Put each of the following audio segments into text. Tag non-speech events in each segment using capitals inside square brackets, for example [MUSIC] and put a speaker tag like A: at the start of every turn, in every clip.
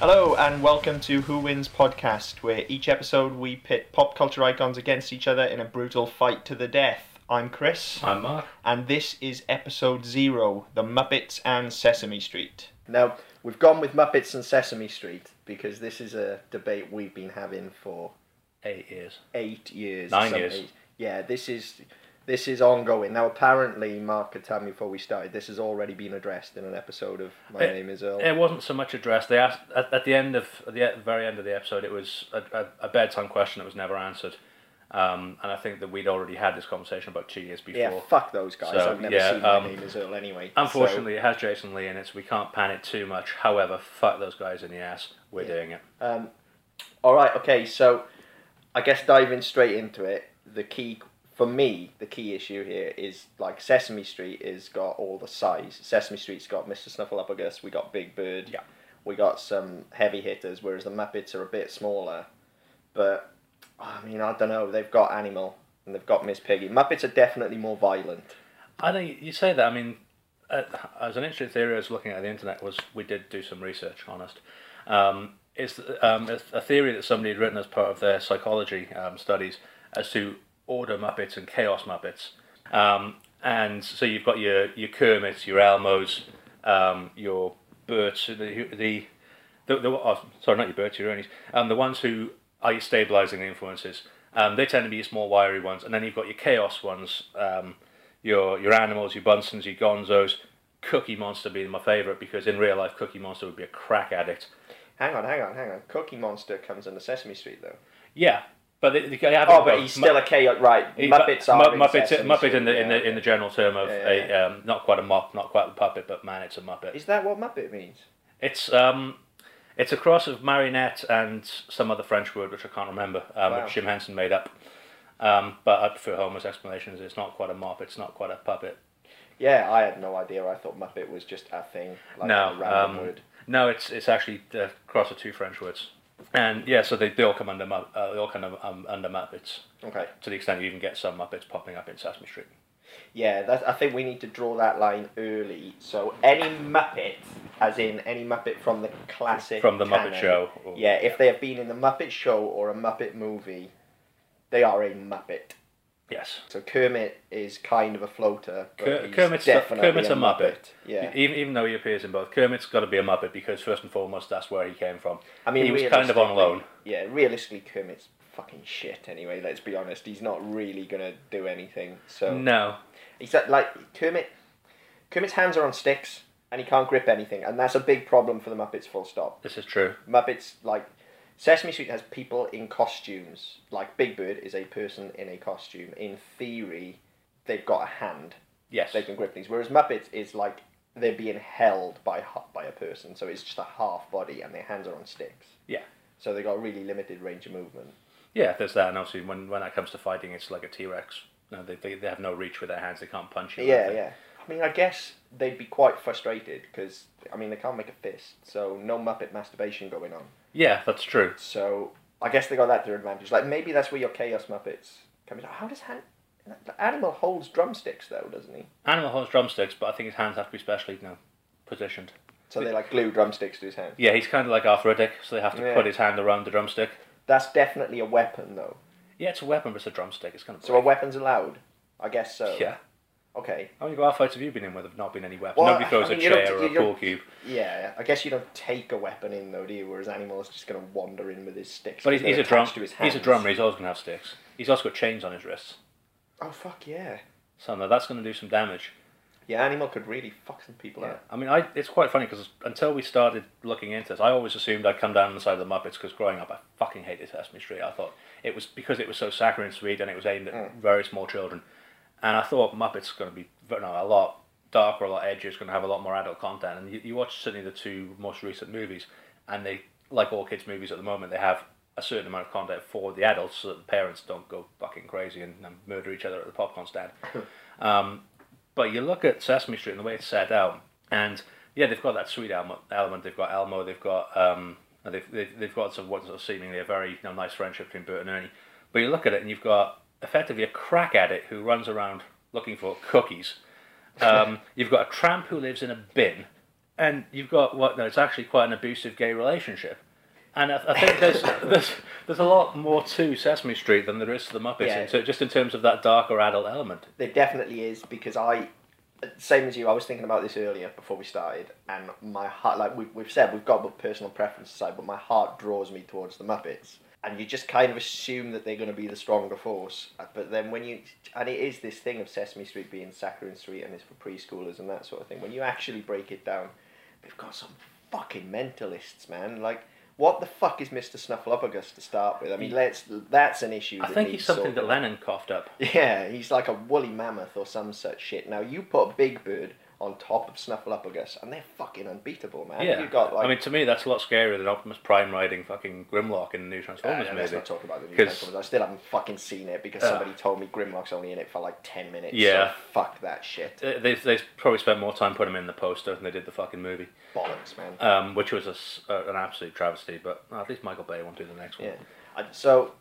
A: Hello and welcome to Who Wins podcast, where each episode we pit pop culture icons against each other in a brutal fight to the death. I'm Chris,
B: I'm Mark.
A: and this is episode zero The Muppets and Sesame Street.
C: Now, we've gone with Muppets and Sesame Street because this is a debate we've been having for
B: Eight years.
C: eight years.
B: Nine
C: some
B: years.
C: eight- Yeah, this is this is ongoing. Now, apparently, Mark had told me before we started, this has already been addressed in an episode of My
B: Eh,
C: Name Is Earl.
B: It wasn't so much addressed. They asked at, at the end of at the e- very end of the episode. It was a, a, a bedtime question that was never answered, um, and I think that we'd already had this conversation about two years before.
C: yeah, fuck those guys.
B: So,
C: I've never
B: yeah,
C: seen My
B: um,
C: Name Is Earl anyway.
B: Unfortunately, it has Jason Lee in it, so we can't pan it too much. However, fuck those guys in the ass. We're
C: Yeah.
B: doing it.
C: So, um, all right, okay, so I guess diving straight into it, the key. For me, the key issue here is like Sesame Street has got all the size. Sesame Street's got Mr. Snuffleupagus, we got Big Bird,
B: Yeah.
C: we got some heavy hitters, whereas the Muppets are a bit smaller. But I mean, I don't know. They've got Animal and they've got Miss Piggy. Muppets are definitely more violent.
B: I think you say that. I mean, uh, as an interesting theory I was looking at the internet was we did do some research. Honest, um, it's um, it's a theory that somebody had written as part of their psychology um, studies as to order Muppets and chaos Muppets. Um, and so you've got your your Kermits, your Elmos, um, your Berts, the the the, the oh, sorry, not your Bertie Roonies, um, the ones who are your stabilizing influences. Um, they tend to be your small, wiry ones, and then you've got your chaos ones, um, your your animals, your Bunsens, your Gonzos. Cookie Monster being my favorite because in real life, Cookie Monster would be a crack addict.
C: Hang on, hang on, hang on. Cookie Monster comes under Sesame Street though.
B: Yeah, but they, they have
C: Oh, but he's still a chaos. Right,
B: He-
C: Muppets
B: Mu-
C: are in
B: Muppet,
C: Sesame
B: Muppet
C: Street,
B: in the in
C: yeah.
B: the in the general term of
C: Yeah, yeah,
B: a um, not quite a mop, not quite a puppet, but man, it's a Muppet.
C: Is that what Muppet means?
B: It's um, it's a cross of marionette and some other French word which I can't remember, um,
C: Wow.
B: which Jim Henson made up. Um, but I prefer Homer's explanation is it's not quite a mop, it's not quite a puppet.
C: Yeah, I had no idea. I thought Muppet was just a thing, like
B: no,
C: a random
B: um,
C: word.
B: no, it's it's actually uh, the cross of two French words, and yeah, so they, they all come under Mu- uh, they all kind of um, under Muppets
C: Okay.
B: to the extent you even get some Muppets popping up in Sesame Street.
C: Yeah, that, I think we need to draw that line early. So any Muppet, as in any Muppet from the classic
B: From The Muppet
C: canon,
B: Show or-
C: Yeah, if they have been in the Muppet Show or a Muppet movie, they are a Muppet.
B: Yes.
C: So Kermit is kind of a floater. But
B: Ker-
C: he's
B: Kermit's,
C: definitely
B: Kermit's a, Muppet.
C: Yeah.
B: E-, Even, even though he appears in both, Kermit's got to be a Muppet because first and foremost, that's where he came from.
C: I mean,
B: he was kind of on
C: realistically-
B: loan.
C: Yeah, realistically, Kermit's fucking shit. Anyway, let's be honest. He's not really gonna do anything. So
B: No,
C: He's that like Kermit. Kermit's hands are on sticks, and he can't grip anything, and that's a big problem for the Muppets. Full stop.
B: this is true.
C: Muppets like Sesame Street has people in costumes. Like Big Bird is a person in a costume. In theory, they've got a hand;
B: Yes.
C: they can grip things. Whereas Muppets is like they're being held by ha- by a person, so it's just a half body, and their hands are on sticks.
B: Yeah.
C: So they got a really limited range of movement.
B: Yeah, there's that. And obviously, when, when it comes to fighting, it's like a T Rex. No, they, they, they have no reach with their hands, they can't punch you. or
C: Yeah,
B: anything.
C: yeah. I mean, I guess they'd be quite frustrated because I mean they can't make a fist, so no Muppet masturbation going on.
B: Yeah, that's true.
C: So I guess they got that to their advantage. Like maybe that's where your Chaos Muppets come in. How does Han- the animal holds drumsticks though, doesn't he?
B: Animal holds drumsticks, but I think his hands have to be specially you know, positioned.
C: So they like glue drumsticks to his hand.
B: Yeah, he's kind of like Arthur Riddick, so they have to
C: Yeah.
B: put his hand around the drumstick.
C: That's definitely a weapon though.
B: Yeah, it's a weapon, but it's a drumstick. It's kind of.
C: So a weapon's allowed. I guess so.
B: yeah.
C: Okay.
B: How many bar fights have you been in where there've not been any weapons?
C: Well,
B: Nobody throws
C: I mean,
B: a
C: you don't-
B: chair or a
C: you don't-
B: pool cube.
C: Yeah, I guess you don't take a weapon in though, do you? Whereas animals just gonna wander in with his sticks.
B: But he's,
C: because
B: he's
C: they're
B: a drum.
C: attached to his
B: He's a
C: hands.
B: drummer. He's always gonna have sticks. He's also got chains on his wrists.
C: Oh fuck yeah!
B: So no, that's gonna do some damage.
C: Yeah, animal could really fuck some people up.
B: I mean, I it's quite funny because until we started looking into this, I always assumed I'd come down on the side of the Muppets because growing up, I fucking hated Sesame Street. I thought it was because it was so saccharine sweet and it was aimed at very small children, and I thought Muppets gonna be you know, a lot darker, a lot edgier. It's gonna have a lot more adult content. And you, you watch certainly the two most recent movies, and they like all kids movies at the moment. They have a certain amount of content for the adults so that the parents don't go fucking crazy and, and murder each other at the popcorn stand. um, but you look at Sesame Street and the way it's set out, and yeah, they've got that sweet elmo- element. They've got Elmo. They've got um, they've, they've they've got some what's seemingly a very you know, nice friendship between Bert and Ernie. But you look at it, and you've got effectively a crack addict who runs around looking for cookies. Um, you've got a tramp who lives in a bin and you've got what? No, it's actually quite an abusive gay relationship. And I, I think there's, there's there's a lot more to Sesame Street than there is to the Muppets,
C: Yeah.
B: in ter- just in terms of that darker adult element.
C: There definitely is because I, same as you, I was thinking about this earlier before we started, and my heart, like we've, we've said, we've got the personal preference aside, but my heart draws me towards the Muppets. And you just kind of assume that they're going to be the stronger force, uh, but then when you and it is this thing of Sesame Street being Saccharine Street and it's for preschoolers and that sort of thing. When you actually break it down, they've got some fucking mentalists, man. Like, what the fuck is Mister Snuffleupagus to start with? I mean, let's that's an issue.
B: Mm. I
C: that
B: think
C: needs
B: he's
C: sorting.
B: something that Lennon coughed up.
C: Yeah, he's like a woolly mammoth or some such shit. Now you put Big Bird on top of Snuffleupagus, and they're fucking unbeatable, man.
B: Yeah,
C: you got like.
B: I mean, to me, that's a lot scarier than Optimus Prime riding fucking Grimlock in the new Transformers
C: Ah, no, let's
B: movie.
C: not talk about the new
B: 'Cause-
C: Transformers. I still haven't fucking seen it because
B: Ugh.
C: somebody told me Grimlock's only in it for like ten minutes.
B: Yeah.
C: so fuck that shit.
B: Uh, They, they probably spent more time putting him in the poster than they did the fucking movie,
C: Bollocks, man.
B: um, which was a s uh, an absolute travesty. But uh, at least Michael Bay won't do the next one.
C: Yeah. I, so,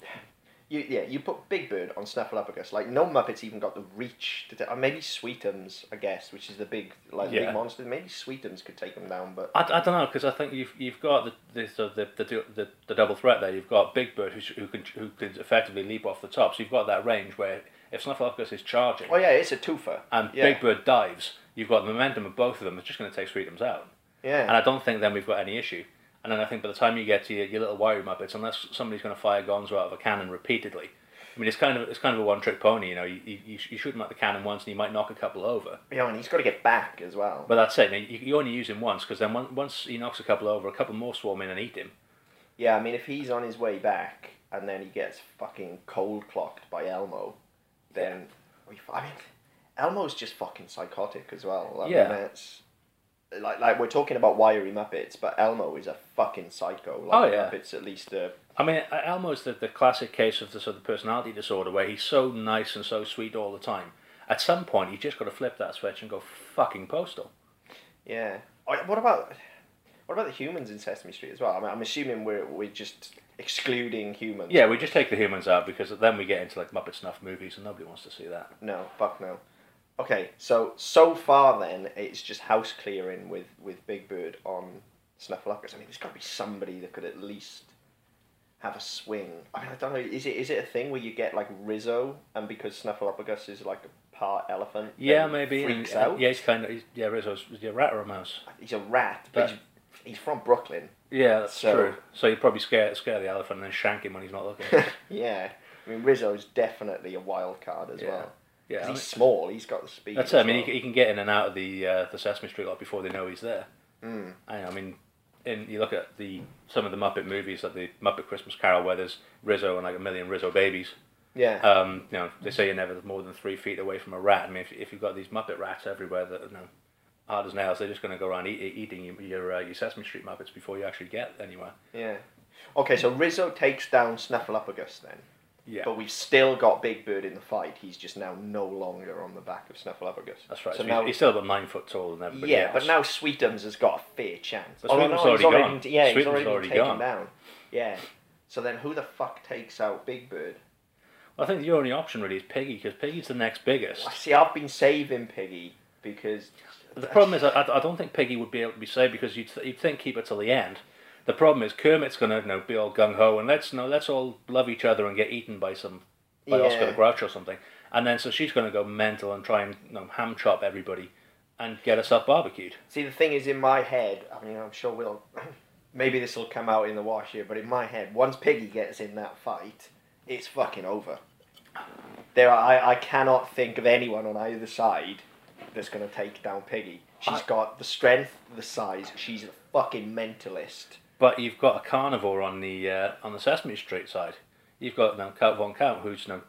C: you yeah, you put Big Bird on Snuffleupagus. Like no Muppets even got the reach to. T- or maybe Sweetums, I guess, which is the big like
B: Yeah.
C: big monster. Maybe Sweetums could take them down, but
B: I, I don't know because I think you've you've got the the, sort of the, the du- the the double threat there. You've got Big Bird who sh- who can who can effectively leap off the top. So you've got that range where if Snuffleupagus is charging
C: oh yeah, it's a twofer.
B: and
C: yeah.
B: Big Bird dives, you've got the momentum of both of them. It's just going to take Sweetums out.
C: Yeah.
B: And I don't think then we've got any issue. And then I think by the time you get to your, your little worry muppets, unless somebody's going to fire Gonzo out of a cannon repeatedly, I mean it's kind of it's kind of a one-trick pony. You know, you, you, you sh- you shoot him at the cannon once and you might knock a couple over.
C: Yeah, and he's got to get back as well.
B: But that's it. You, you only use him once because then on- once he knocks a couple over, a couple more swarm in and eat him.
C: Yeah, I mean, if he's on his way back and then he gets fucking cold clocked by Elmo, then we f- I mean, Elmo's just fucking psychotic as well. I mean,
B: Yeah.
C: that's like like we're talking about wiry Muppets, but Elmo is a fucking psycho. Like,
B: Oh, yeah.
C: Muppets at least uh,
B: I mean, uh, Elmo's the, the classic case of the sort of personality disorder where he's so nice and so sweet all the time. At some point, you just got to flip that switch and go fucking postal.
C: yeah. Oh, What about what about the humans in Sesame Street as well? I mean, I'm assuming we're we're just excluding humans.
B: Yeah, we just take the humans out because then we get into like Muppet Snuff movies and nobody wants to see that.
C: No, fuck no. Okay, so so far then it's just house clearing with with Big Bird on Snuffleupagus. I mean, there's got to be somebody that could at least have a swing. I mean, I don't know. Is it is it a thing where you get like Rizzo and because Snuffleupagus is like a part elephant?
B: Yeah,
C: then
B: maybe. and-
C: freaks
B: and-
C: out.
B: Yeah, he's kind of he's, yeah, Rizzo's yeah, rat or a mouse.
C: He's a rat, but
B: But-
C: he's, he's from Brooklyn.
B: Yeah, that's
C: So-
B: true. So you probably scare scare the elephant and then shank him when he's not
C: [LAUGHS]
B: looking.
C: yeah, I mean Rizzo's definitely a wild card as
B: Yeah.
C: well. 'Cause
B: Yeah, I mean-
C: he's small. He's got the speed.
B: That's it.
C: as
B: I mean,
C: well.
B: he, he can get in and out of the uh, the Sesame Street lot before they know he's there.
C: Mm.
B: I, I mean, in, you look at the some of the Muppet movies, like the Muppet Christmas Carol, where there's Rizzo and like a million Rizzo babies.
C: yeah.
B: Um, you know, they say you're never more than three feet away from a rat. I mean, if, if you've got these Muppet rats everywhere that you know, hard as nails, they're just going to go around eat, eat- eating your your, uh, your Sesame Street Muppets before you actually get anywhere.
C: Yeah. Okay, so Rizzo takes down Snuffleupagus then.
B: Yeah.
C: But we've still got Big Bird in the fight. He's just now no longer on the back of Snuffleupagus.
B: That's right.
C: So
B: So,
C: now,
B: he's, he's still about nine foot taller than everybody
C: yeah,
B: else.
C: but now Sweetums has got a fair chance.
B: But
C: Although
B: Sweetums
C: no, he's
B: already
C: already
B: gone.
C: been- yeah, he's
B: Sweetums
C: already, been
B: already
C: taken
B: gone.
C: down. Yeah. So then, who the fuck takes out Big Bird?
B: I think your only option really is Piggy because Piggy's the next biggest.
C: I see. I've been saving Piggy because
B: The problem is, I, I I don't think Piggy would be able to be saved because you'd, th- you'd think keep it till the end. The problem is Kermit's going to you know, be all gung ho and let's you know, let's all love each other and get eaten by some by
C: Yeah.
B: Oscar the Grouch or something, and then so she's going to go mental and try and you know, ham chop everybody and get herself barbecued.
C: See, the thing is, in my head, I mean, I'm sure we'll. [CLEARS THROAT] Maybe this will come out in the wash here, but in my head, once Piggy gets in that fight, it's fucking over. There, are, I, I cannot think of anyone on either side that's going to take down Piggy. She's
B: I-
C: got the strength, the size. She's a fucking mentalist.
B: But you've got a carnivore on the uh, on the Sesame Street side. You've got you know, Count von Count who's you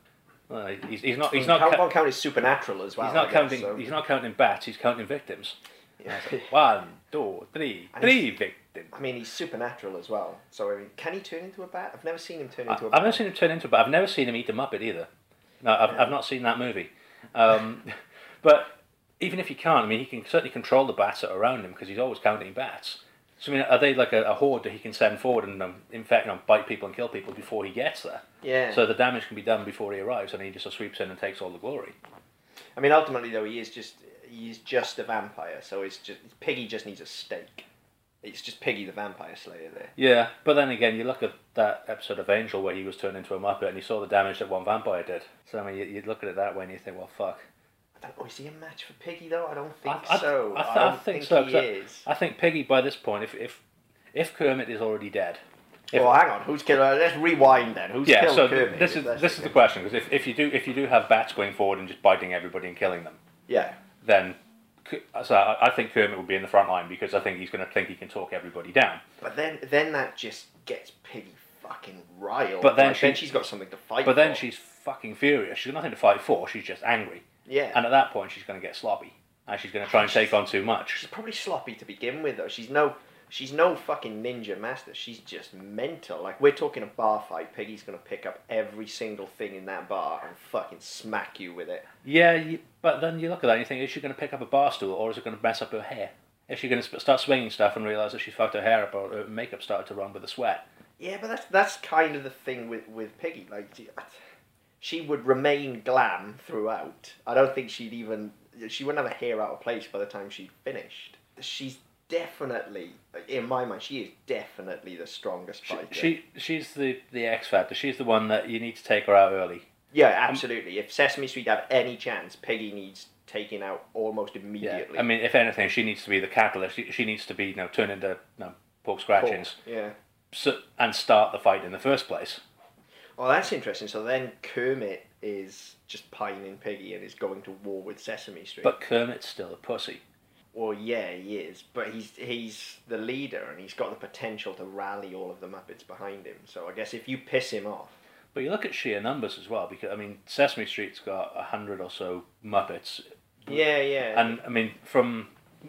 B: know, uh, he's, he's not he's not
C: Count
B: ca-
C: Von Count is supernatural as well. I
B: he's not
C: guess,
B: counting
C: so-
B: he's not counting bats. He's counting victims.
C: [LAUGHS] Yeah.
B: One, two, three,
C: And
B: three victims.
C: I mean, he's supernatural as well. So I mean, can he turn into a bat? I've never seen him turn
B: I,
C: into a bat.
B: I've never seen him turn into, but I've never seen him eat a muppet either. No, I've, I've not seen that movie. Um, [LAUGHS] but even if he can't, I mean, he can certainly control the bats that are around him because he's always counting bats. So I mean, are they like a, a horde that he can send forward and um, infect, you know, bite people and kill people before he gets there?
C: Yeah.
B: So the damage can be done before he arrives, and he just sort of sweeps in and takes all the glory.
C: I mean, ultimately though, he is just he's just a vampire, so it's just Piggy just needs a stake. It's just Piggy the Vampire Slayer there.
B: Yeah, but then again, you look at that episode of Angel where he was turned into a Muppet and you saw the damage that one vampire did. So, I mean, you, you look at it that way and you think, well, fuck.
C: I don't, oh, is he a match for Piggy though? I don't think
B: I- I-
C: so.
B: I
C: I,
B: th- I
C: don't
B: think
C: think,
B: so, 'cause
C: he
B: I-
C: is.
B: I think Piggy, by this point, if if, if Kermit is already dead. if-
C: well, hang on. Who's killed? uh, Let's rewind then. Who's
B: Yeah,
C: killed
B: so th-
C: Kermit?
B: this
C: If
B: is
C: that's
B: this is the
C: thing.
B: question because if, if you do if you do have bats going forward and just biting everybody and killing them,
C: Yeah,
B: then K- so I, I think Kermit will be in the front line because I think he's going to think he can talk everybody down.
C: but then then that just gets Piggy fucking riled.
B: But then
C: Like,
B: she-
C: she's got something to fight.
B: But then
C: for.
B: she's fucking furious. She's got nothing to fight for. She's just angry,
C: yeah.
B: and at that point she's going to get sloppy and she's going to try and take on too much.
C: She's probably sloppy to begin with, though. She's no, she's no fucking ninja master. She's just mental. Like we're talking a bar fight. Piggy's gonna pick up every single thing in that bar and fucking smack you with it.
B: Yeah, you, but then you look at that and you think, is she going to pick up a bar stool or is it going to mess up her hair? Is she going to sp- start swinging stuff and realize that she fucked her hair up or her makeup started to run with the sweat?
C: Yeah, but that's that's kind of the thing with with Piggy. Like she- she would remain glam throughout. I don't think she'd even she wouldn't have a hair out of place by the time she'd finished. She's definitely, in my mind, she is definitely the strongest
B: She,
C: fighter.
B: she she's the the X factor. She's the one that you need to take her out early.
C: Yeah,
B: Um,
C: absolutely. if Sesame Street have any chance, Piggy needs taking out almost
B: Yeah,
C: immediately.
B: I mean, if anything, she needs to be the catalyst. She, she needs to be, you know, turn into you know, pork scratchings
C: Cool. Yeah.
B: so, and start the fight in the first place.
C: Oh, that's interesting. So then Kermit is just pining Piggy and is going to war with Sesame Street.
B: But Kermit's still a pussy.
C: well, yeah, he is. But he's he's the leader and he's got the potential to rally all of the Muppets behind him. So I guess if you piss him off,
B: But you look at sheer numbers as well, because I mean, Sesame Street's got a hundred or so Muppets, Mm.
C: yeah, yeah,
B: and I mean, from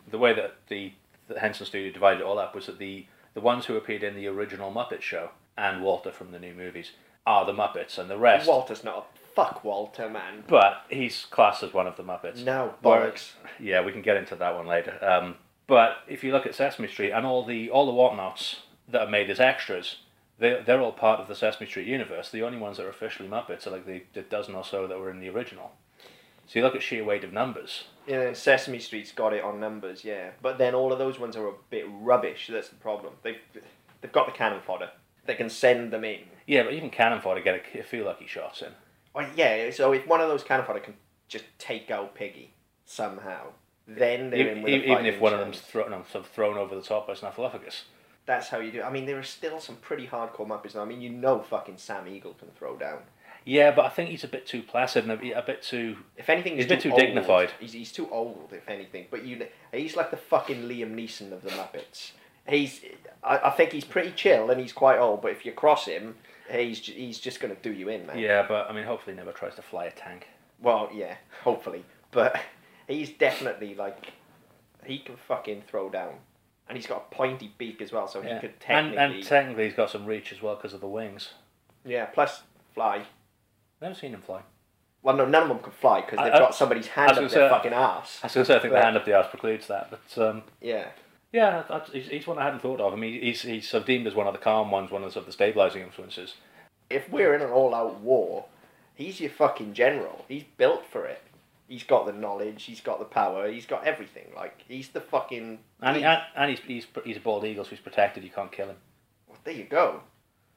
B: the way that the, the Henson Studio divided it all up was that the the ones who appeared in the original Muppet Show and Walter from the new movies are the Muppets, and the rest.
C: Walter's not a fuck Walter man.
B: but he's classed as one of the Muppets.
C: No
B: Whereas-
C: bollocks.
B: Yeah, we can get into that one later. Um, but if you look at Sesame Street and all the all the whatnots that are made as extras, they they're all part of the Sesame Street universe. The only ones that are officially Muppets are like the, the dozen or so that were in the original. So you look at sheer weight of numbers.
C: Yeah, and Sesame Street's got it on numbers, yeah. But then all of those ones are a bit rubbish. That's the problem. They've they've got the cannon fodder. They can send them in.
B: Yeah, but even Cannon fodder get a, a few lucky shots in.
C: Or, Oh, yeah, so if one of those cannon fodder can just take out Piggy somehow, then they're in
B: Even,
C: with a
B: even if
C: fighting
B: one of
C: chance.
B: them's thrown sort of thrown over the top by Snuffleupagus.
C: That's how you do. it. I mean, there are still some pretty hardcore Muppets. Now. I mean, you know, fucking Sam Eagle can throw down.
B: Yeah, but I think he's a bit too placid and a, bit- a bit too.
C: If anything,
B: He's a bit too
C: old.
B: dignified.
C: He's, he's too old, if anything. But you, he's like the fucking Liam Neeson of the Muppets. He's, I, I think he's pretty chill and he's quite old. But if you cross him, he's ju- he's just gonna do you in, man.
B: Yeah, but I mean, hopefully, he never tries to fly a tank.
C: Well, yeah, hopefully. But he's definitely like, he can fucking throw down, and he's got a pointy beak as well, so he
B: Yeah.
C: could
B: And,
C: technically,
B: and technically, he's got some reach as well because of the wings.
C: yeah. Plus fly.
B: Never seen him fly.
C: Well, no, none of them can fly because
B: I-
C: they've
B: I-
C: got somebody's hand
B: I
C: up
B: was
C: their
B: gonna say-
C: fucking ass.
B: I was going to say, I think
C: Right.
B: the hand up the arse precludes that, but um,
C: Yeah.
B: yeah, that's, he's, he's one I hadn't thought of. I mean, he's, he's sort of deemed as one of the calm ones, one of the, sort of the stabilizing influences.
C: if we're in an all-out war, he's your fucking general. He's built for it. He's got the knowledge. He's got the power. He's got everything. Like he's the fucking.
B: And, he,
C: well,
B: and, and he's, he's, he's a bald eagle, so he's protected, you can't kill him.
C: there you go.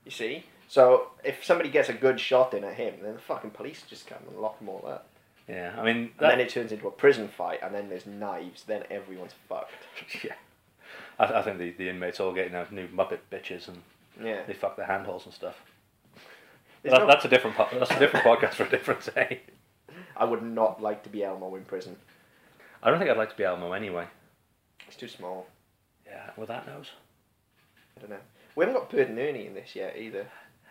C: You see. So if somebody gets a good shot in at him, then the fucking police just come and lock them all up.
B: Yeah, I mean,
C: And
B: that,
C: then it turns into a prison fight, and then there's knives. Then everyone's fucked.
B: [LAUGHS] yeah. I, I think the, the inmates all get you know, new Muppet bitches and
C: Yeah.
B: they fuck their handholes and stuff.
C: There's
B: That,
C: no-
B: That's a different po- that's a different podcast for a different [LAUGHS] day.
C: I would not like to be Elmo in prison.
B: I don't think I'd like to be Elmo anyway.
C: It's too small.
B: Yeah, with that nose.
C: I don't know. We haven't got Bird and Ernie in this yet either.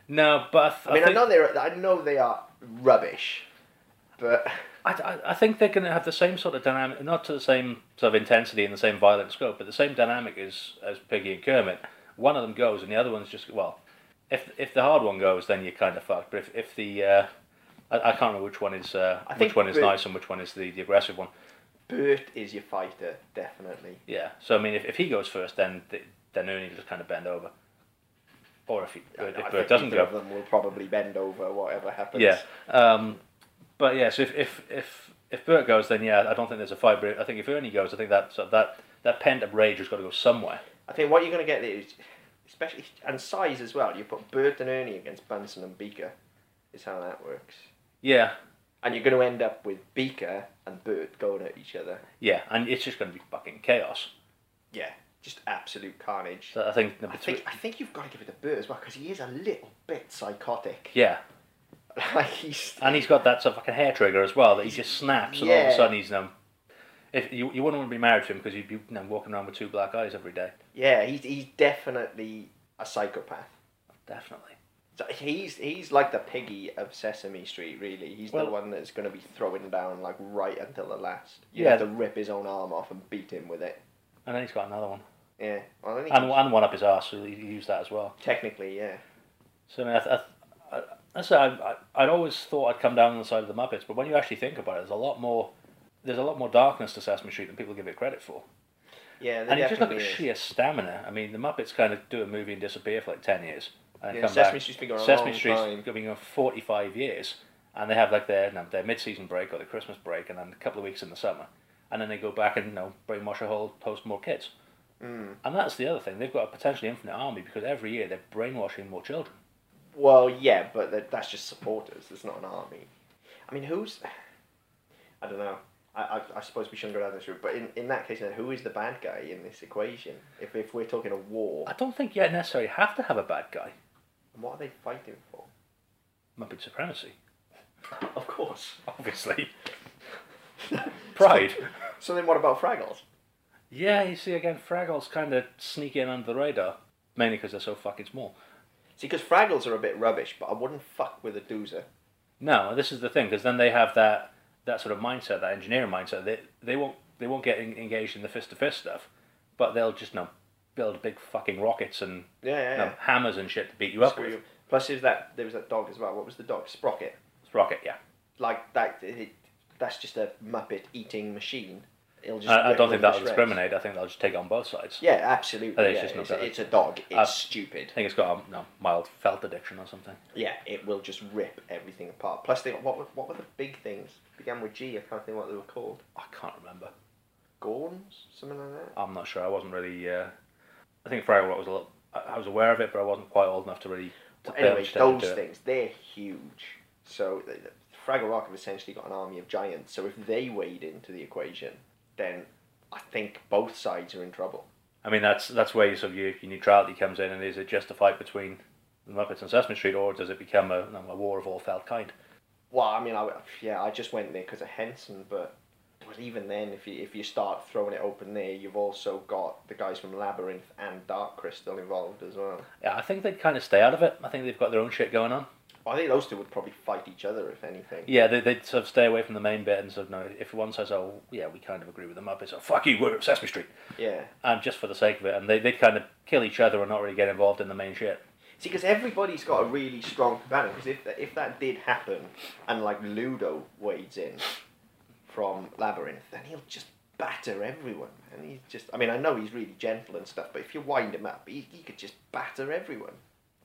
B: No, but I, th-
C: I mean,
B: think-
C: I know they're. I know they are rubbish, but.
B: I, I, I think they're going to have the same sort of dynamic, not to the same sort of intensity and the same violent scope, but the same dynamic as, as Piggy and Kermit. One of them goes, and the other one's just well. If if the hard one goes, then you're kind of fucked. But if if the uh, I, I can't remember which one is uh,
C: I
B: which
C: think
B: one is
C: the-
B: nice and which one is the, the aggressive one.
C: Bert is your fighter, definitely.
B: Yeah. So I mean, if, if he goes first, then th- then Ernie just kind of bend over. Or if he, Bert-
C: I
B: if
C: think
B: Bert doesn't
C: either
B: go,
C: of them will probably bend over whatever happens.
B: Yeah. Um, but yeah, so if, if if if Bert goes, then yeah, I don't think there's a fibre. I think if Ernie goes, I think that so that that pent up rage has got to go somewhere.
C: I think what you're going to get is, especially and size as well. You put Bert and Ernie against Bunsen and Beaker, is how that works.
B: Yeah,
C: And you're going to end up with Beaker and Bert going at each other.
B: yeah, and it's just going to be fucking chaos.
C: Yeah, just absolute carnage.
B: So I think number
C: I
B: three.
C: think I think you've got to give it to Bert as well because he is a little bit psychotic.
B: Yeah,
C: [LAUGHS] like he's
B: and he's got that sort of fucking hair trigger as well that he just snaps, and all of
C: Yeah.
B: a sudden he's um. If you you wouldn't want to be married to him because you'd be you know, walking around with two black eyes every day.
C: yeah, he's he's definitely a psychopath.
B: Definitely.
C: So He's he's like the piggy of Sesame Street, really. He's
B: Well-
C: the one that's going to be throwing down like right until the last. You
B: Yeah.
C: have to rip his own arm off and beat him with it.
B: And then he's got another one,
C: Yeah, well, then he
B: and, and one up his ass. So he he used that as well.
C: technically, yeah.
B: So I mean, I, th- I, th- I, I, say I, I, I'd always thought I'd come down on the side of the Muppets, but when you actually think about it, there's a lot more. There's a lot more darkness to Sesame Street than people give it credit for.
C: Yeah, they
B: and you just look
C: definitely
B: at
C: is.
B: sheer stamina. I mean, the Muppets kind of do a movie and disappear for like ten years, and
C: Yeah,
B: come
C: Sesame
B: back.
C: Street's been going a
B: Sesame
C: long
B: Street's
C: time.
B: been going forty-five years, and they have like their no, their mid-season break or their Christmas break, and then a couple of weeks in the summer, and then they go back and you know brainwash a whole host more kids.
C: Hmm.
B: Mm. And that's the other thing; they've got a potentially infinite army because every year they're brainwashing more children.
C: Well, yeah, but that, that's just supporters. It's not an army. I mean, who's? I don't know. I, I, I suppose we shouldn't go down this route, but in, in that case, then who is the bad guy in this equation? If, if we're talking a war,
B: I don't think you necessarily have to have a bad guy.
C: and what are they fighting for?
B: Muppet supremacy, [LAUGHS]
C: Of course. [LAUGHS]
B: obviously. Pride.
C: So then, what about Fraggles?
B: yeah, you see again, Fraggles kind of sneak in under the radar, mainly because they're so fucking small.
C: See, because Fraggles are a bit rubbish, but I wouldn't fuck with a doozer.
B: No, this is the thing because then they have that that sort of mindset, that engineering mindset. They they won't they won't get en- engaged in the fist to fist stuff, but they'll just you know, build big fucking rockets and
C: Yeah, yeah,
B: you know,
C: yeah.
B: hammers and shit to beat you up
C: Screw
B: with.
C: you. Plus, there's that there was that dog as well. What was the dog? Sprocket.
B: It's rocket, yeah.
C: Like that. It, that's just a Muppet eating machine. It'll just.
B: I, I
C: rip
B: don't
C: them
B: think
C: to
B: that'll
C: shreds.
B: discriminate. I think they'll just take it on both sides.
C: Yeah, absolutely.
B: I think
C: yeah.
B: it's
C: It's,
B: just not
C: a,
B: that-
C: it's a dog. It's
B: Uh,
C: stupid.
B: I think it's got a you know, mild felt addiction or something.
C: Yeah, it will just rip everything apart. Plus, they what were, what were the big things? Began with G. I can't think what they were called.
B: I can't remember.
C: Gorns, something like that.
B: I'm not sure. I wasn't really. Uh, I think Friday Rock was a little. I, I was aware of it, but I wasn't quite old enough to really. To
C: Well,
B: pay
C: anyway,
B: much attention
C: those
B: to it.
C: things they're huge. So the, the Fraggle Rock have essentially got an army of giants. So if they wade into the equation, then I think both sides are in trouble.
B: I mean, that's that's where sort of your, your neutrality comes in, and is it just a fight between the Muppets and Sesame Street, or does it become a, you know, a war of all felt kind?
C: Well, I mean, I w- yeah, I just went there because of Henson, but but even then, if you if you start throwing it open there, you've also got the guys from Labyrinth and Dark Crystal involved as well.
B: Yeah, I think they'd kind of stay out of it. I think they've got their own shit going on.
C: I think those two would probably fight each other if anything.
B: Yeah, they, they'd sort of stay away from the main bit, and sort of know if one says, "Oh, yeah, we kind of agree with the Muppets," or "Fuck you, we're Sesame Street,"
C: Yeah.
B: and just for the sake of it, and they they'd kind of kill each other and not really get involved in the main shit.
C: See, because everybody's got a really strong banner. Because if if that did happen, and like Ludo wades in from Labyrinth, then he'll just batter everyone. And he's just, I mean, I know he's really gentle and stuff, but if you wind him up, he, he could just batter everyone.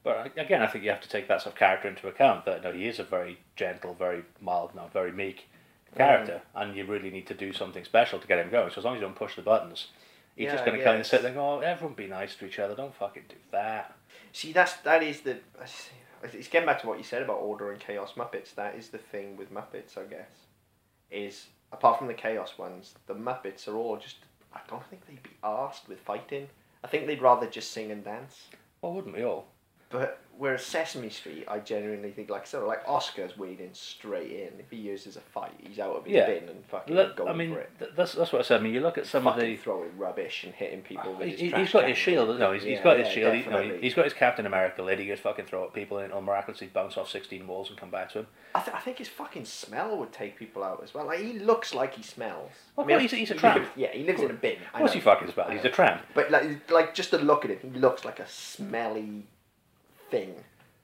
B: But again, I think you have to take that sort of character into account. That you know, he is a very gentle, very mild, not very meek character,
C: Mm.
B: and you really need to do something special to get him going. So as long as you don't push the buttons, he's
C: Yeah,
B: just
C: I
B: going to kind of
C: guess.
B: sit there and go, "Oh, everyone be nice to each other. Don't fucking do that."
C: See, that's that is the. It's getting back to what you said about order and chaos Muppets. That is the thing with Muppets, I guess. Is apart from the chaos ones, the Muppets are all just. I don't think they'd be asked with fighting. I think they'd rather just sing and dance.
B: Well, wouldn't we all?
C: But whereas Sesame Street, I genuinely think like so like Oscar's wading straight in. If he uses a fight, he's out of his
B: Yeah.
C: bin and fucking
B: Look,
C: going
B: I mean,
C: for it.
B: th- that's that's what I said. I mean, you look at some of
C: Fucking
B: the.
C: throwing rubbish and hitting people. with
B: He,
C: his
B: he-
C: trash
B: he's got
C: can.
B: his shield. No, he's, he's
C: Yeah,
B: got his
C: yeah,
B: shield. He, no,
C: definitely.
B: he's got his Captain America lid. He could fucking throw it at people, and it'll miraculously bounce off sixteen walls and come back to him.
C: I, th- I think his fucking smell would take people out as well. Like he looks like he smells. I
B: Well,
C: mean,
B: he's- he's a
C: he
B: tramp.
C: lives- yeah, he lives in a bin. I
B: What's
C: know.
B: he fucking about? He's a tramp.
C: But like, like just to look at him, he looks like a smelly thing.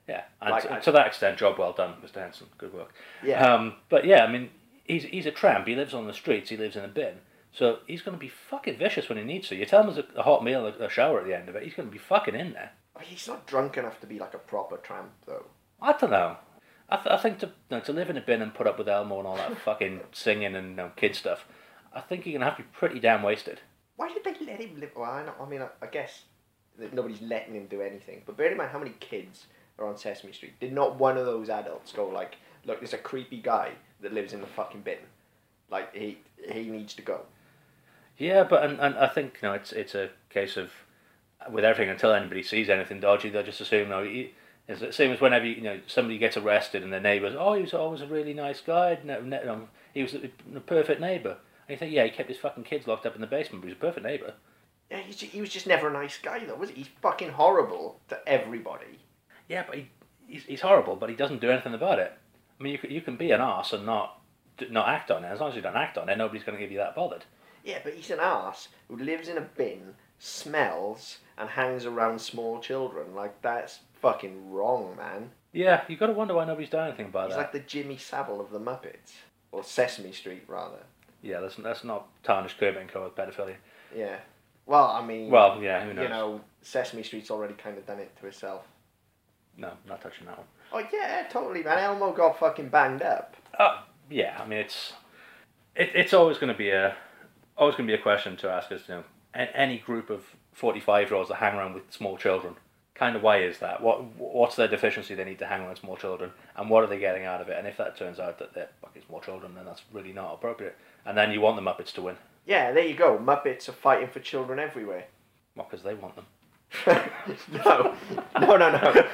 B: Yeah, and
C: Like,
B: t-
C: I-
B: to that extent, job well done, Mr. Hanson. Good work.
C: Yeah.
B: Um, but yeah, I mean, he's he's a tramp. He lives on the streets. He lives in a bin. So he's going to be fucking vicious when he needs to. You tell him there's a, a hot meal, a, a shower at the end of it. He's going to be fucking in there.
C: I mean, he's not drunk enough to be like a proper tramp though.
B: I don't know. I, th- I think to no, to live in a bin and put up with Elmo and
C: [LAUGHS]
B: all that fucking singing and you know, kid stuff, I think you're gonna have to be pretty damn wasted.
C: Why did they let him live? Well, I, know, I mean, I, I guess that nobody's letting him do anything. But bear in mind how many kids are on Sesame Street. Did not one of those adults go like, "Look, there's a creepy guy that lives in the fucking bin. Like he he needs to go."
B: Yeah, but and, and I think you know it's it's a case of with everything until anybody sees anything dodgy, they'll just assume no. He, it's the same as whenever you know somebody gets arrested and their neighbours, oh, he was always a really nice guy. No, no, no, he was a, a perfect neighbour. And you think, yeah, he kept his fucking kids locked up in the basement, but he was a perfect neighbour.
C: Yeah, he's, ju- he was just never a nice guy though, was he? He's fucking horrible to everybody.
B: Yeah, but he, he's, he's horrible, but he doesn't do anything about it. I mean, you can, you can be an arse and not d- not act on it. As long as you don't act on it, nobody's going to give you that bothered.
C: Yeah, but he's an ass who lives in a bin, smells, and hangs around small children. Like that's fucking wrong, man.
B: Yeah, you've got to wonder why nobody's done anything about
C: He's like
B: that.
C: the Jimmy Savile of the Muppets, or Sesame Street rather.
B: yeah, let's, let's not tarnish Kurt and Co with pedophilia.
C: Yeah. Well, I mean,
B: Well, yeah, who knows?
C: you know, Sesame Street's already kind of done it to itself.
B: No, not touching that one.
C: Oh yeah, totally, man. Elmo got fucking banged up.
B: Uh, yeah, I mean it's it, it's always going to be a always going to be a question to ask is you know a- any group of forty five year olds that hang around with small children. Kind of why is that? What what's their deficiency? They need to hang around small children, and what are they getting out of it? And if that turns out that they're fucking small children, then that's really not appropriate. And then you want the Muppets to win,
C: Yeah, there you go. Muppets are fighting for children everywhere. [LAUGHS]
B: well, because they want them.
C: no, no, no,
B: [LAUGHS]
C: no.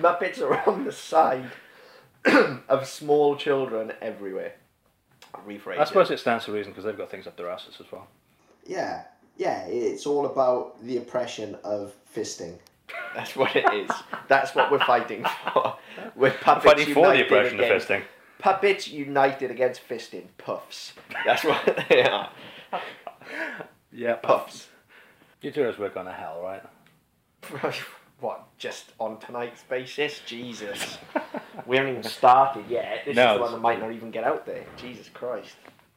C: Muppets are on the side [CLEARS THROAT] of small children everywhere. I'll rephrase
B: I suppose it stands to reason because they've got things up their asses as well.
D: Yeah, yeah, it's all about the oppression of fisting.
C: it. That's what it is. That's what we're fighting for.
B: [LAUGHS]
C: We're puppets
B: Fighting for the
C: united
B: oppression of
C: against-
B: fisting.
C: Puppets united against fisting. Puffs. That's what [LAUGHS] they are.
B: Yeah,
C: Puffs. [LAUGHS]
B: You two us work on a hell, right?
C: what? Just on tonight's basis? Jesus. We haven't even started yet. This
B: No,
C: is the
B: it's-
C: one that might not even get out there. Jesus Christ.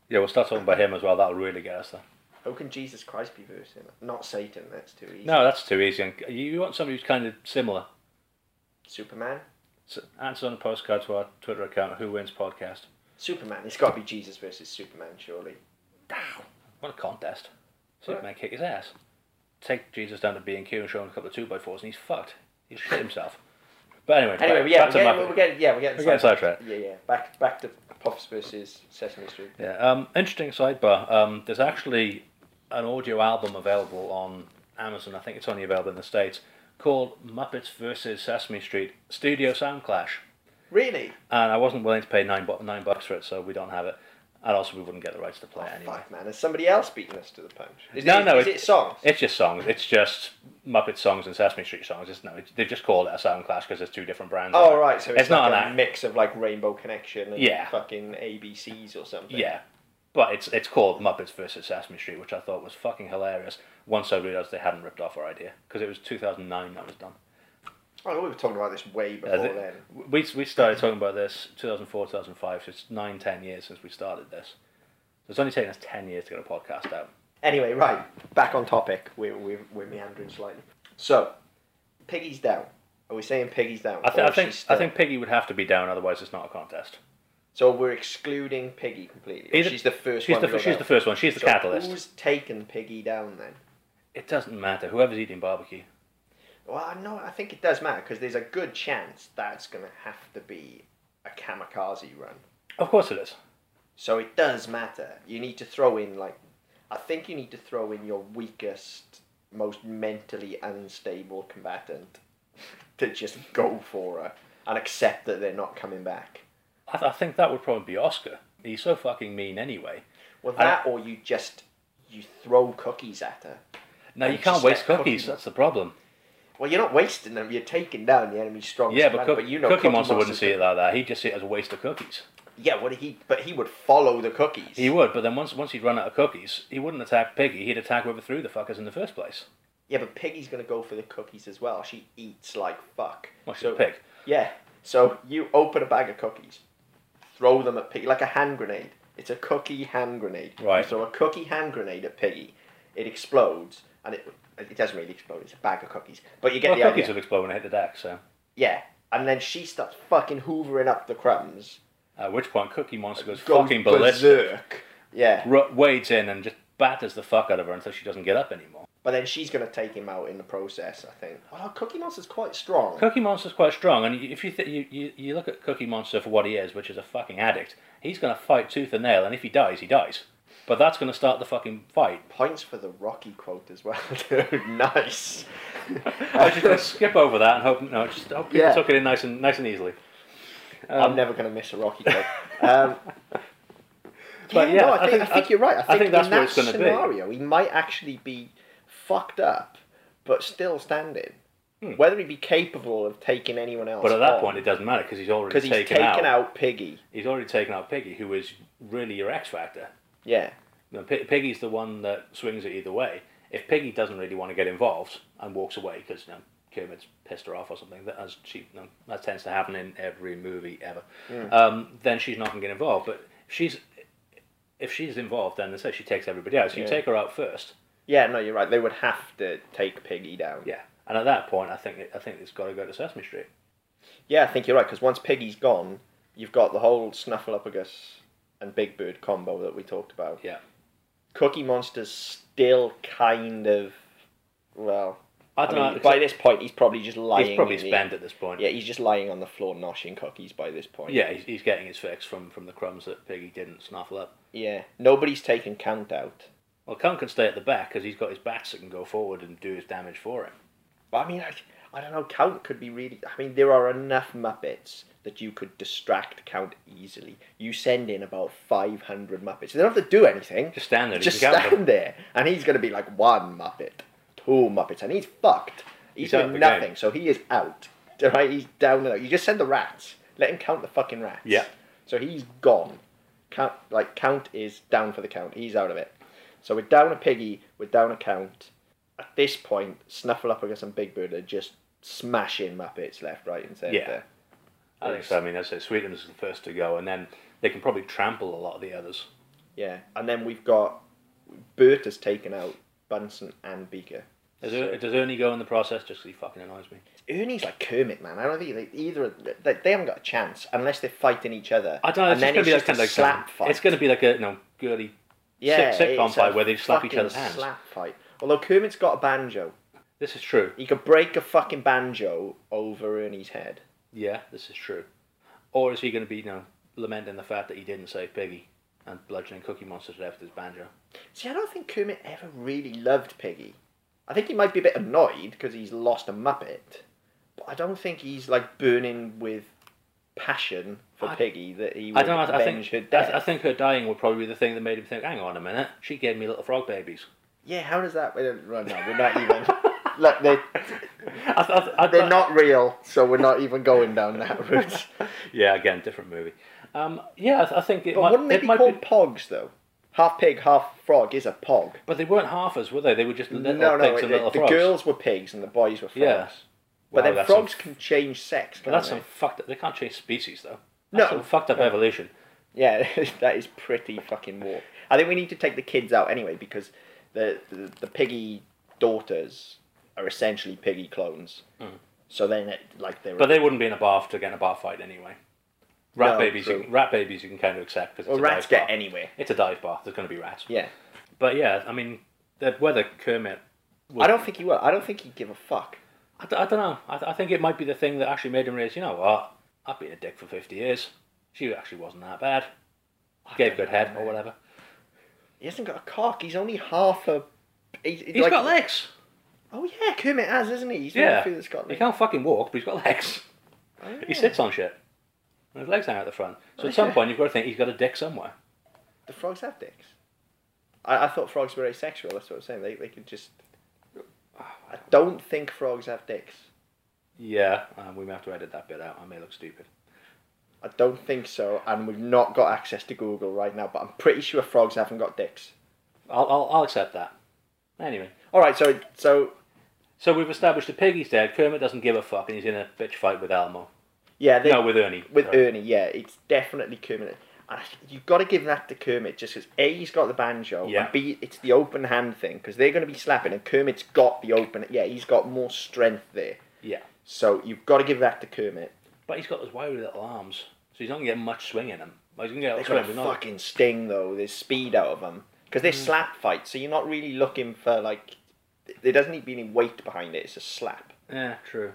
B: Yeah, we'll start talking about him as well. That'll really get us there.
C: How can Jesus Christ be verse in it? Not Satan, that's too easy.
B: No, that's too easy. And you you want somebody who's kind of similar.
C: Superman?
B: So answer on a postcard to our Twitter account, Who Wins Podcast.
C: Superman. It's got to be Jesus versus Superman, surely.
B: What a contest. Superman kick his ass. Take Jesus down to B&Q and show him a couple of 2x4s and he's fucked. He'll shit himself. But anyway,
C: Anyway,
B: back,
C: yeah, we're
B: back to
C: getting,
B: Muppet.
C: we're getting, yeah, we're getting,
B: We're getting sidetracked.
C: Yeah, yeah. Back, back to Puffs versus Sesame Street.
B: Yeah, um, interesting sidebar. Um, there's actually an audio album available on Amazon. I think it's only available in the States called Muppets versus Sesame Street Studio Sound Clash.
C: Really?
B: and I wasn't willing to pay nine, bu- nine bucks for it, so we don't have it. And also, we wouldn't get the rights to play it anyway.
C: Oh, Fuck, man. Is somebody else beating us to the punch? Is
B: No,
C: it,
B: no,
C: Is
B: it-
C: it, songs?
B: It's just songs. It's just Muppet songs and Sesame Street songs. It's no, it's, they just call it a sound clash because there's two different brands. on
C: Oh,
B: it.
C: right, so it's,
B: it's not
C: like a
B: an act.
C: mix of like Rainbow Connection and
B: Yeah.
C: fucking ABCs or something.
B: Yeah, but it's it's called Muppets versus Sesame Street, which I thought was fucking hilarious. Once I realised they hadn't ripped off our idea because it was 2009 that was done.
C: Oh, we were talking about this way before
B: Uh, th-
C: then.
B: we we started talking about this 2004, 2005. So it's nine, ten years since we started this. So it's only taken us ten years to get a podcast out.
C: Anyway, right, back on topic. We're, we're, we're meandering slightly. So, Piggy's down. Are we saying Piggy's down?
B: I, th-
C: Or
B: I
C: is
B: think
C: she
B: I
C: Oh, still-
B: think Piggy would have to be down, otherwise it's not a contest.
C: So we're excluding Piggy completely. Or
B: Either-
C: she's the first
B: She's
C: one.
B: the
C: to go
B: fir- she's
C: down.
B: the first one. She's the
C: So
B: catalyst.
C: Who's taken Piggy down then?
B: It doesn't matter. Whoever's eating barbecue.
C: Well, no, I think it does matter because there's a good chance that's going to have to be a kamikaze run.
B: Of course it is.
C: So it does matter. You need to throw in like, I think you need to throw in your weakest, most mentally unstable combatant [LAUGHS] to just go for her and accept that they're not coming back.
B: I, th- I think that would probably be Oscar. He's so fucking mean anyway.
C: Well,
B: I-
C: that or you just you throw cookies at her.
B: Now you
C: It's
B: can't
C: just
B: waste
C: like
B: cookies.
C: cookie-
B: That's the problem.
C: Well, you're not wasting them. You're taking down the enemy's strongest.
B: yeah, but,
C: commander,
B: cook- Cookie, Monster wouldn't see
C: Monster's-
B: it like that. He'd just see it as a waste of cookies.
C: Yeah, what he? But he would follow the cookies.
B: He would, but then once once he'd run out of cookies, he wouldn't attack Piggy. He'd attack whoever threw the fuckers in the first place.
C: Yeah, but Piggy's gonna go for the cookies as well. She eats like fuck.
B: Well, she's
C: so,
B: a pig.
C: Yeah. So you open a bag of cookies, throw them at Piggy like a hand grenade. It's a cookie hand grenade.
B: Right.
C: You throw a cookie hand grenade at Piggy, it explodes, and it it doesn't really explode. It's a bag of cookies, but you get
B: well,
C: the
B: cookies
C: idea.
B: would explode when they hit the deck. So
C: Yeah. and then she starts fucking hoovering up the crumbs.
B: At which point, Cookie Monster goes
C: Goes
B: fucking ballistic,
C: berserk. Yeah,
B: r- wades in and just batters the fuck out of her until she doesn't get up anymore.
C: but then she's gonna take him out in the process. I think. Well, Cookie Monster's quite strong.
B: Cookie Monster's quite strong, and if you, th- you, you you look at Cookie Monster for what he is, which is a fucking addict, he's gonna fight tooth and nail, and if he dies, he dies. But that's gonna start the fucking
C: [LAUGHS]
B: fight.
C: Points for the Rocky quote as well, [LAUGHS] dude. nice.
B: I was just gonna skip over that and hope no, just hope people
C: Yeah.
B: took it in nice and nice and easily. Um,
C: I'm never going to miss a
B: [LAUGHS]
C: Rocky clip. Um,
B: But yeah,
C: no,
B: I
C: I, think,
B: think-
C: I think you're right. I think,
B: I think that's
C: in
B: where
C: that
B: it's gonna be.
C: scenario, he might actually be fucked up, but still standing. Whether he'd be capable of taking anyone else,
B: Hmm. But at that point, it doesn't matter because he's already
C: because he's
B: taken,
C: taken out.
B: out.
C: Piggy.
B: He's already taken out Piggy, who is really your X factor.
C: Yeah,
B: Now, P- Piggy's the one that swings it either way. If Piggy doesn't really want to get involved and walks away because you know, Kermit's pissed her off or something, that as she you know, that tends to happen in every movie ever, um, then she's not going to get involved. But if she's if she's involved, then that's it. She takes everybody out. So you
C: Yeah.
B: take her out first,
C: yeah. No, you're right. They would have to take Piggy down.
B: yeah. And at that point, I think it, I think it's got to go to Sesame Street.
C: Yeah, I think you're right. Because once Piggy's gone, you've got the whole Snuffleupagus and Big Bird combo that we talked about.
B: Yeah.
C: Cookie Monster's still kind of well.
B: I
C: I
B: don't
C: mean,
B: know.
C: by this point, he's probably just lying.
B: he's probably
C: in the-
B: spent at this point.
C: Yeah, he's just lying on the floor noshing cookies by this point.
B: Yeah, he's, he's getting his fix from, from the crumbs that Piggy didn't snuffle up.
C: Yeah. Nobody's taken count out.
B: Well, Kunk can stay at the back because he's got his bats that can go forward and do his damage for him.
C: But I mean, I, I don't know. Count could be really. I mean, there are enough Muppets that you could distract Count easily. You send in about 500 Muppets. They don't have to do anything.
B: Just stand there.
C: Just
B: you can count them.
C: stand there. And he's going to be like one Muppet, two Muppets. And he's fucked. He's,
B: He's out
C: done
B: the
C: nothing.
B: game.
C: So he is out. Right? He's down and out. You just send the rats. Let him count the fucking rats.
B: Yeah.
C: So he's gone. Count like count is down for the count. He's out of it. So we're down a piggy. We're down a count. At this point, Snuffleupagus and Big Bird are just smashing Muppets left, right, and centre.
B: Yeah. I think so. I mean, as I say, Sweetums is the first to go, and then they can probably trample a lot of the others.
C: Yeah. And then we've got Bert has taken out Bunsen and Beaker.
B: Does, Er- does Ernie go in the process just 'cause he fucking annoys me?
C: Ernie's like Kermit, man. I don't think they, either of- they, they haven't got a chance unless they're fighting each other.
B: I don't know. It's
C: and then
B: going to
C: it's
B: be
C: just
B: like kind of
C: a
B: like
C: slap fight.
B: It's going to be like a you know girly.
C: yeah,
B: sit- sitcom
C: it's
B: fight
C: a
B: where they slap each
C: fucking
B: other's hands.
C: Slap fight. Although Kermit's got a banjo,
B: This is true.
C: he could break a fucking banjo over Ernie's head.
B: Yeah, this is true. Or is he going to be you know lamenting the fact that he didn't save Piggy and bludgeoning Cookie Monster to death with his banjo?
C: See, I don't think Kermit ever really loved Piggy. I think he might be a bit annoyed because he's lost a Muppet, but I don't think he's like burning with passion for
B: I-
C: Piggy that he would
B: I don't know. I th- I
C: avenge
B: think
C: her death.
B: I, th- I think her dying would probably be the thing that made him think. Hang on a minute. She gave me little frog babies.
C: yeah, how does that? Well, no, we're not even. [LAUGHS] Look, they
B: I th- I th- I
C: [LAUGHS] They're
B: th-
C: not real, so we're not even going down
B: [LAUGHS]
C: that route.
B: Yeah, again, different movie. Um, yeah, I, th- I think it
C: But
B: might.
C: wouldn't they
B: it
C: be
B: might
C: called pogs though? Half pig, half frog is a pog.
B: But they weren't halfers, were they? They were just little
C: no, no,
B: pigs
C: it,
B: and
C: the
B: little frogs.
C: girls were pigs and the boys were frogs.
B: Yeah.
C: But
B: Wow,
C: then
B: that's
C: frogs
B: some-
C: can change sex.
B: But
C: Can
B: that's
C: they?
B: some fucked. Up, they can't change species though.
C: No.
B: That's some fucked up evolution.
C: Yeah, [LAUGHS] that is pretty fucking warped. I think we need to take the kids out anyway because the the, the piggy daughters are essentially piggy clones.
B: Hmm.
C: So then, it, like they were.
B: But they wouldn't be in a bath to get in a bath fight anyway. Rat
C: No,
B: babies, you
C: true.
B: can, rat babies, you can kind of accept because
C: well,
B: it's a
C: rats
B: dive
C: get
B: bar.
C: anywhere.
B: It's a dive bar. There's going to be rats.
C: Yeah.
B: But yeah, I mean, the, whether Kermit. Would,
C: I don't think he will. I don't think he'd give a fuck.
B: I, d- I don't know. I, th- I think it might be the thing that actually made him realize, you know what? I've been a dick for 50 years. She actually wasn't that bad. Gave good head or whatever.
C: He hasn't got a cock. He's only half a. He's, he's
B: He's
C: like-
B: got legs.
C: Oh yeah, Kermit has, isn't he? He's
B: Yeah.
C: yeah. through the Scotland.
B: He can't fucking walk, but he's got legs. He
C: Oh,
B: sits on shit. And his legs hang out the front. So at some point, you've got to think he's got a dick somewhere.
C: The frogs have dicks. I, I thought frogs were asexual. That's what I'm saying. They they could just. I don't think frogs have dicks.
B: Yeah, um, we may have to edit that bit out. I may look stupid.
C: I don't think so, and we've not got access to Google right now. But I'm pretty sure frogs haven't got dicks.
B: I'll, I'll, I'll accept that. Anyway,
C: All right, so so
B: so we've established that Piggy's dead. Kermit doesn't give a fuck, and he's in a bitch fight with Elmo.
C: yeah, they,
B: no, with Ernie.
C: with Er-
B: Sorry.
C: Ernie, yeah, it's definitely Kermit. And I th- you've got to give that to Kermit just because A, he's got the banjo,
B: Yeah.
C: and B, it's the open hand thing because they're going to be slapping, and Kermit's got the open. Yeah, he's got more strength there.
B: Yeah.
C: So you've got to give that to Kermit.
B: But he's got those wiry little arms, so he's not gonna get much swing in him. Well, he's gonna get a
C: They
B: lot
C: got
B: of swing,
C: a
B: but not-
C: fucking sting though. There's speed out of them because
B: Mm.
C: they're slap fights, so you're not really looking for like. There doesn't need to be any weight behind it. It's a slap,
B: Yeah, true.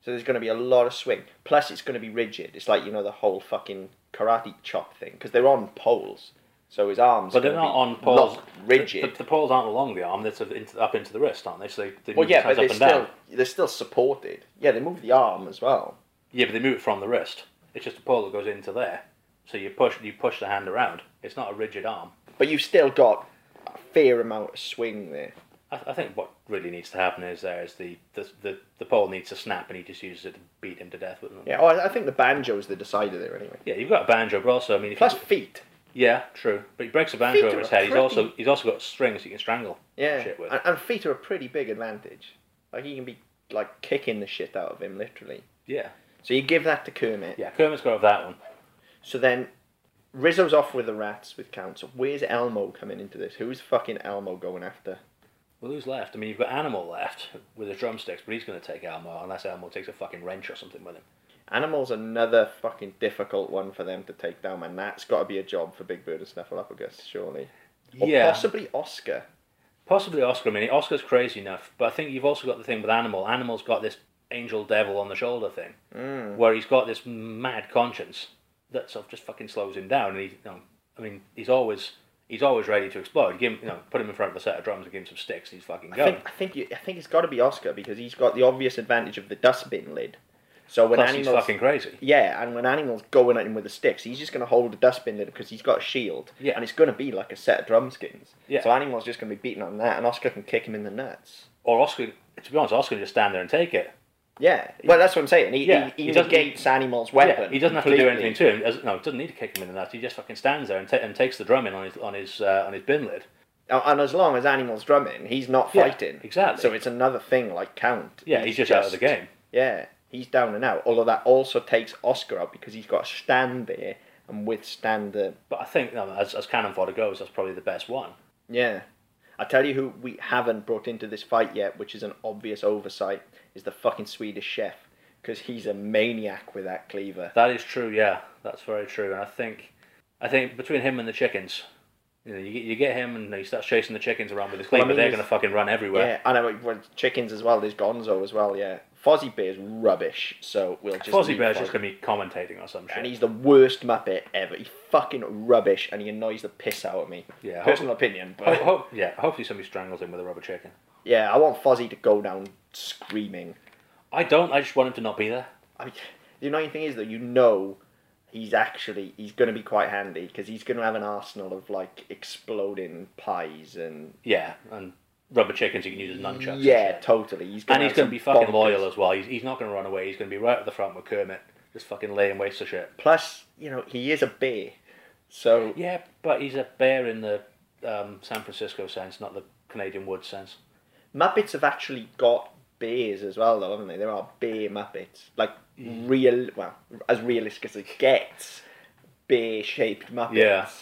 C: so there's going to be a lot of swing. Plus, it's going to be rigid. It's like you know the whole fucking karate chop thing because they're on poles, so his arms.
B: But they're
C: gonna
B: not
C: be
B: on poles.
C: locked,
B: The,
C: rigid.
B: the, the poles aren't along the arm; they're sort of into, up into the wrist, aren't they? So they, they
C: well,
B: move the
C: yeah, but
B: hands
C: they're
B: up and down.
C: still they're still supported. Yeah, they move the arm as well.
B: Yeah, but they move it from the wrist. It's just a pole that goes into there. So you push you push the hand around. It's not a rigid arm.
C: But you've still got a fair amount of swing there.
B: I, th- I think what really needs to happen is there is the the, the the pole needs to snap and he just uses it to beat him to death with it.
C: Yeah, oh, I I think the banjo is the decider there anyway.
B: Yeah, you've got a banjo, but also I mean, if
C: Plus
B: you-
C: feet.
B: yeah, true. But he breaks a banjo
C: Feet
B: over
C: are
B: his head. He's
C: pretty-
B: also he's also got strings he can strangle
C: Yeah,
B: shit with.
C: and, and feet are a pretty big advantage. Like you can be like kicking the shit out of him literally.
B: yeah,
C: So you give that to Kermit.
B: yeah. Kermit's got that one.
C: So then Rizzo's off with the rats with council. Where's Elmo coming into this? Who's fucking Elmo going after?
B: Well, who's left? I mean, you've got Animal left with his drumsticks, but he's going to take Elmo unless Elmo takes a fucking wrench or something with him.
C: Animal's another fucking difficult one for them to take down, and that's got to be a job for Big Bird and Snuffleupagus, surely. Or
B: yeah,
C: possibly Oscar.
B: Possibly Oscar. I mean, Oscar's crazy enough, but I think you've also got the thing with Animal. Animal's got this angel devil on the shoulder thing,
C: Mm.
B: where he's got this mad conscience that sort of just fucking slows him down. And he, you know, I mean, he's always he's always ready to explode. Give him, you know, put him in front of a set of drums and give him some sticks, and he's fucking
C: I
B: going.
C: think I think, you, I think it's got to be Oscar because he's got the obvious advantage of the dustbin lid. So when
B: Plus, he's
C: animals,
B: fucking crazy.
C: yeah, and when animals going at him with the sticks, he's just going to hold the dustbin lid because he's got a shield,
B: Yeah.
C: and it's going to be like a set of drum skins.
B: Yeah.
C: So animals just going to be beaten on that, and Oscar can kick him in the nuts.
B: Or Oscar, to be honest, Oscar can just stand there and take it.
C: Yeah, well that's what I'm saying. He,
B: Yeah,
C: he,
B: he
C: he,
B: doesn't-
C: negates animals' weapon.
B: Yeah, he doesn't have to do
C: completely.
B: anything to him. Doesn't- No, doesn't need to kick him in the nuts. He just fucking stands there and, ta and takes the drum in on his on his uh, on his bin lid.
C: And- And as long as animals drumming, he's not
B: Yeah,
C: fighting.
B: exactly.
C: So it's another thing like count.
B: Yeah, he's, just out of the game.
C: Yeah, he's down and out. Although that also takes Oscar out because he's got to stand there and withstand the.
B: But I think no, as as cannon fodder goes, that's probably the best one.
C: Yeah. I tell you who we haven't brought into this fight yet, which is an obvious oversight, is the fucking Swedish chef. Because he's a maniac with that cleaver.
B: That is true. Yeah, that's very true. And I think, I think between him and the chickens, you know, you, get- you get him and he starts chasing the chickens around with his
C: Well,
B: cleaver.
C: I mean,
B: they're
C: it's-
B: going to fucking run everywhere.
C: Yeah, and I know well, chickens as well. There's Gonzo as well. Yeah, Fozzie Bear's rubbish, so we'll just.
B: Fozzie
C: leave
B: Bear's
C: Fozzie.
B: just going to be commentating or some shit.
C: and he's the worst Muppet ever. He's fucking rubbish, and he annoys the piss out of me.
B: Yeah,
C: personal opinion,
B: Ho-
C: but
B: ho- yeah, hopefully somebody strangles him with a rubber chicken.
C: yeah, I want Fozzie to go down screaming.
B: I don't. I just want him to not be there.
C: I, the annoying thing is that you know he's actually he's going to be quite handy because he's going to have an arsenal of like exploding pies and
B: Yeah, and rubber chickens you can use as nunchucks. and
C: yeah,
B: shit.
C: totally. He's gonna
B: and he's
C: have
B: going
C: some
B: to be fucking
C: bonkers-
B: loyal as well. He's, he's not going to run away. He's going to be right at the front with Kermit, just fucking laying waste to shit.
C: Plus, you know, he is a bear, so
B: Yeah, but he's a bear in the um, San Francisco sense, not the Canadian woods sense.
C: Muppets have actually got bears as well, though, haven't they? There are bear Muppets, like
B: Mm.
C: real, well, as realistic as it gets, bear-shaped Muppets.
B: Yeah.
C: So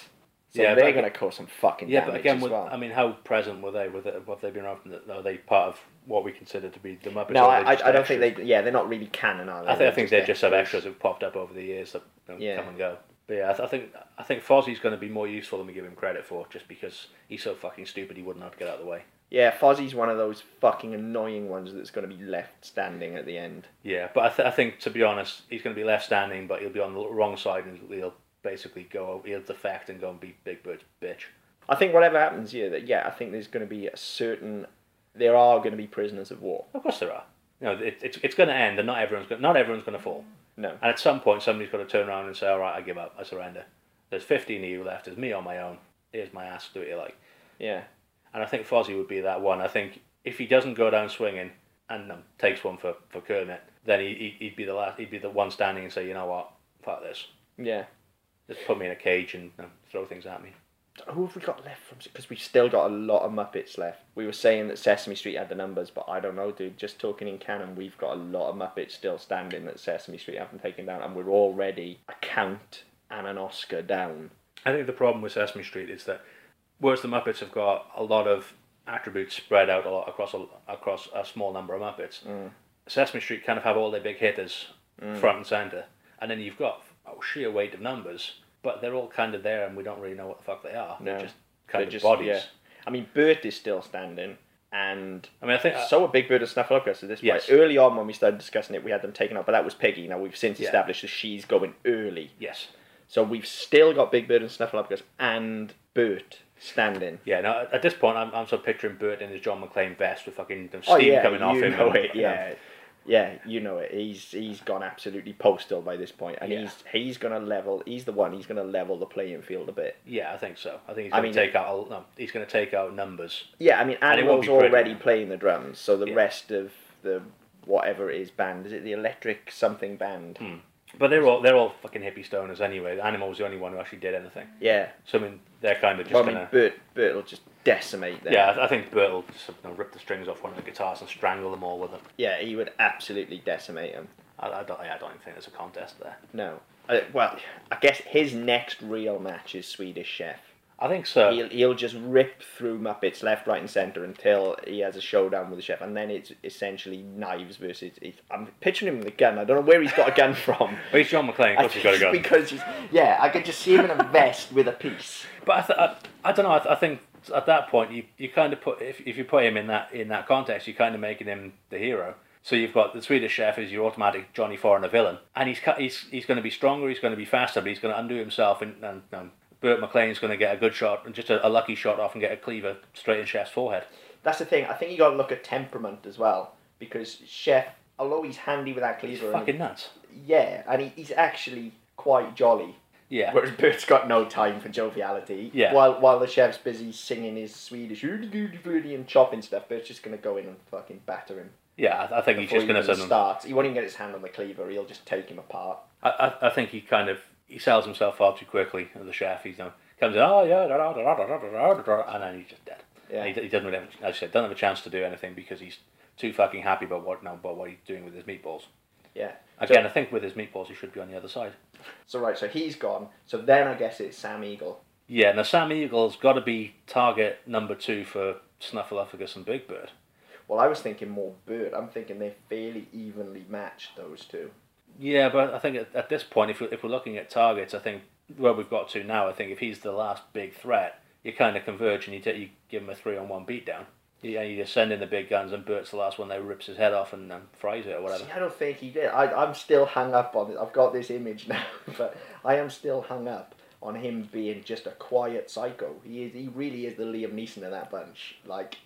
B: Yeah,
C: they're
B: but-
C: going to cause some fucking
B: Yeah,
C: damage
B: but again,
C: as
B: with,
C: well.
B: I mean, how present were they? With it? Have they been around? From the, are they part of what we consider to be the Muppets?
C: no,
B: or are they
C: I,
B: just
C: I, I don't think
B: extras?
C: they. Yeah, they're not really canon, are they?
B: I think I think they're just some
C: extras.
B: extras who've popped up over the years that you know,
C: Yeah.
B: come and go. But yeah, I, th- I think I think Fozzie's going to be more useful than we give him credit for, just because he's so fucking stupid he wouldn't have to get out of the way.
C: Yeah, Fozzie's one of those fucking annoying ones that's going to be left standing at the end.
B: Yeah, but I, th- I think to be honest, he's going to be left standing, but he'll be on the wrong side and he'll basically go, he'll defect and go and be Big Bird's bitch.
C: I think whatever happens here, that yeah, I think there's going to be a certain. There are going to be prisoners of war.
B: Of course there are. You know, it, it's it's going to end, and not everyone's going not everyone's going to fall.
C: No.
B: And at some point, somebody's got to turn around and say, "All right, I give up. I surrender." There's 15 of you left. There's me on my own. Here's my ass. Do what you like.
C: Yeah.
B: And I think Fozzie would be that one. I think if he doesn't go down swinging and um, takes one for, for Kermit, then he, he he'd be the last. He'd be the one standing and say, "You know what? Fuck this.
C: Yeah.
B: Just put me in a cage and um, throw things at me."
C: Who have we got left from? Because we've still got a lot of Muppets left. We were saying that Sesame Street had the numbers, but I don't know, dude. Just talking in canon, we've got a lot of Muppets still standing that Sesame Street haven't taken down, and we're already a count and an Oscar down.
B: I think the problem with Sesame Street is that whereas the Muppets have got a lot of attributes spread out a lot across a,
C: Mm.
B: across a small number of Muppets, Sesame Street kind of have all their big hitters front and center. and then you've got a sheer weight of numbers, but they're all kind of there, and we don't really know what the fuck they are.
C: No.
B: They're just kind
C: They're
B: of
C: just-
B: bodies.
C: yeah. I mean, Bert is still standing, and
B: I mean, I think
C: so are Big Bird and Snuffleupagus at this point.
B: Yes.
C: Early on when we started discussing it, we had them taken out, but that was Piggy. Now we've since
B: Yeah.
C: established that she's going early.
B: yes,
C: So we've still got Big Bird and Snuffleupagus and Bert standing.
B: yeah. Now at- at this point, I'm, I'm sort of picturing Bert in his John McClane vest with fucking the steam
C: oh, yeah,
B: coming
C: you
B: off him.
C: know
B: and-
C: it, [LAUGHS] yeah. Yeah, you know it. He's he's gone absolutely postal by this point, and
B: Yeah.
C: he's he's gonna level. He's the one. He's gonna level the playing field a bit.
B: yeah, I think so. I think he's
C: I
B: going
C: mean,
B: to take out. a- No, he's going to take out numbers.
C: Yeah, I mean,
B: And it won't
C: Admiral's
B: be pretty.
C: already playing the drums, so the
B: Yeah.
C: rest of the whatever it is band is it the electric something band?
B: Hmm. But they're all they're all fucking hippie stoners anyway. Animal was the only one who actually did anything.
C: Yeah,
B: So I mean, they're kind of just
C: well, I
B: gonna.
C: mean, Bert Bert will just decimate them.
B: yeah, I- I think Bert will just you know, rip the strings off one of the guitars and strangle them all with them.
C: yeah, he would absolutely decimate them.
B: I, I don't. I don't even think there's a contest there.
C: No, I, well, I guess his next real match is Swedish Chef.
B: I think so.
C: He'll, he'll just rip through Muppets left, right, and centre until he has a showdown with the chef, and then it's essentially knives versus. It's, I'm picturing him with a gun. I don't know where he's got a gun [LAUGHS] from.
B: Well, he's John McClane, of
C: I
B: course
C: [LAUGHS]
B: he's got a
C: think
B: gun.
C: Because he's, yeah, I could just see him in a vest with a piece.
B: But I, th- I, I don't know. I, th- I think at that point you, you kind of put if, if you put him in that in that context, you're kind of making him the hero. So you've got the Swedish chef is your automatic Johnny Foreigner villain, and he's cu- he's he's going to be stronger, he's going to be faster, but he's going to undo himself, and, and, and Bert McLean's going to get a good shot, and just a, a lucky shot off, and get a cleaver straight in Chef's forehead.
C: That's the thing. I think you got to look at temperament as well because chef, although he's handy with that
B: He's
C: cleaver, and-
B: fucking nuts.
C: yeah, and he, he's actually quite jolly.
B: Yeah.
C: Whereas Bert's got no time for joviality.
B: Yeah.
C: While while the chef's busy singing his Swedish "Hoody-doody-doody" and chopping stuff, Bert's just gonna go in and fucking batter him.
B: Yeah, I, I think he's
C: before
B: just
C: he
B: going
C: even
B: to send them.
C: starts. He won't even get his hand on the cleaver. He'll just take him apart.
B: I, I, I think he kind of he sells himself far too quickly. The chef, he's you know, comes in, oh yeah, da, da, da, da, da, da, da, da, da," and then he's just dead.
C: Yeah.
B: He, he doesn't really have, as I said, doesn't have a chance to do anything because he's too fucking happy about what now about what he's doing with his meatballs.
C: Yeah.
B: Again, I think with his meatballs, he should be on the other side.
C: So right, so he's gone. So then I guess it's Sam Eagle.
B: Yeah, now Sam Eagle's got to be target number two for Snuffleupagus and Big Bird.
C: Well, I was thinking more Bert. I'm thinking they're fairly evenly matched those two.
B: Yeah, but I think at, at this point, if, we, if we're looking at targets, I think where we've got to now, I think if he's the last big threat, you kind of converge and you, take you give him a three on one beatdown. Yeah, you just send in the big guns, and Bert's the last one that rips his head off and um, fries it or whatever.
C: See, I don't think he did. I, I'm still hung up on it. I've got this image [LAUGHS] now, but I am still hung up on him being just a quiet psycho. He is. He really is the Liam Neeson of that bunch. Like,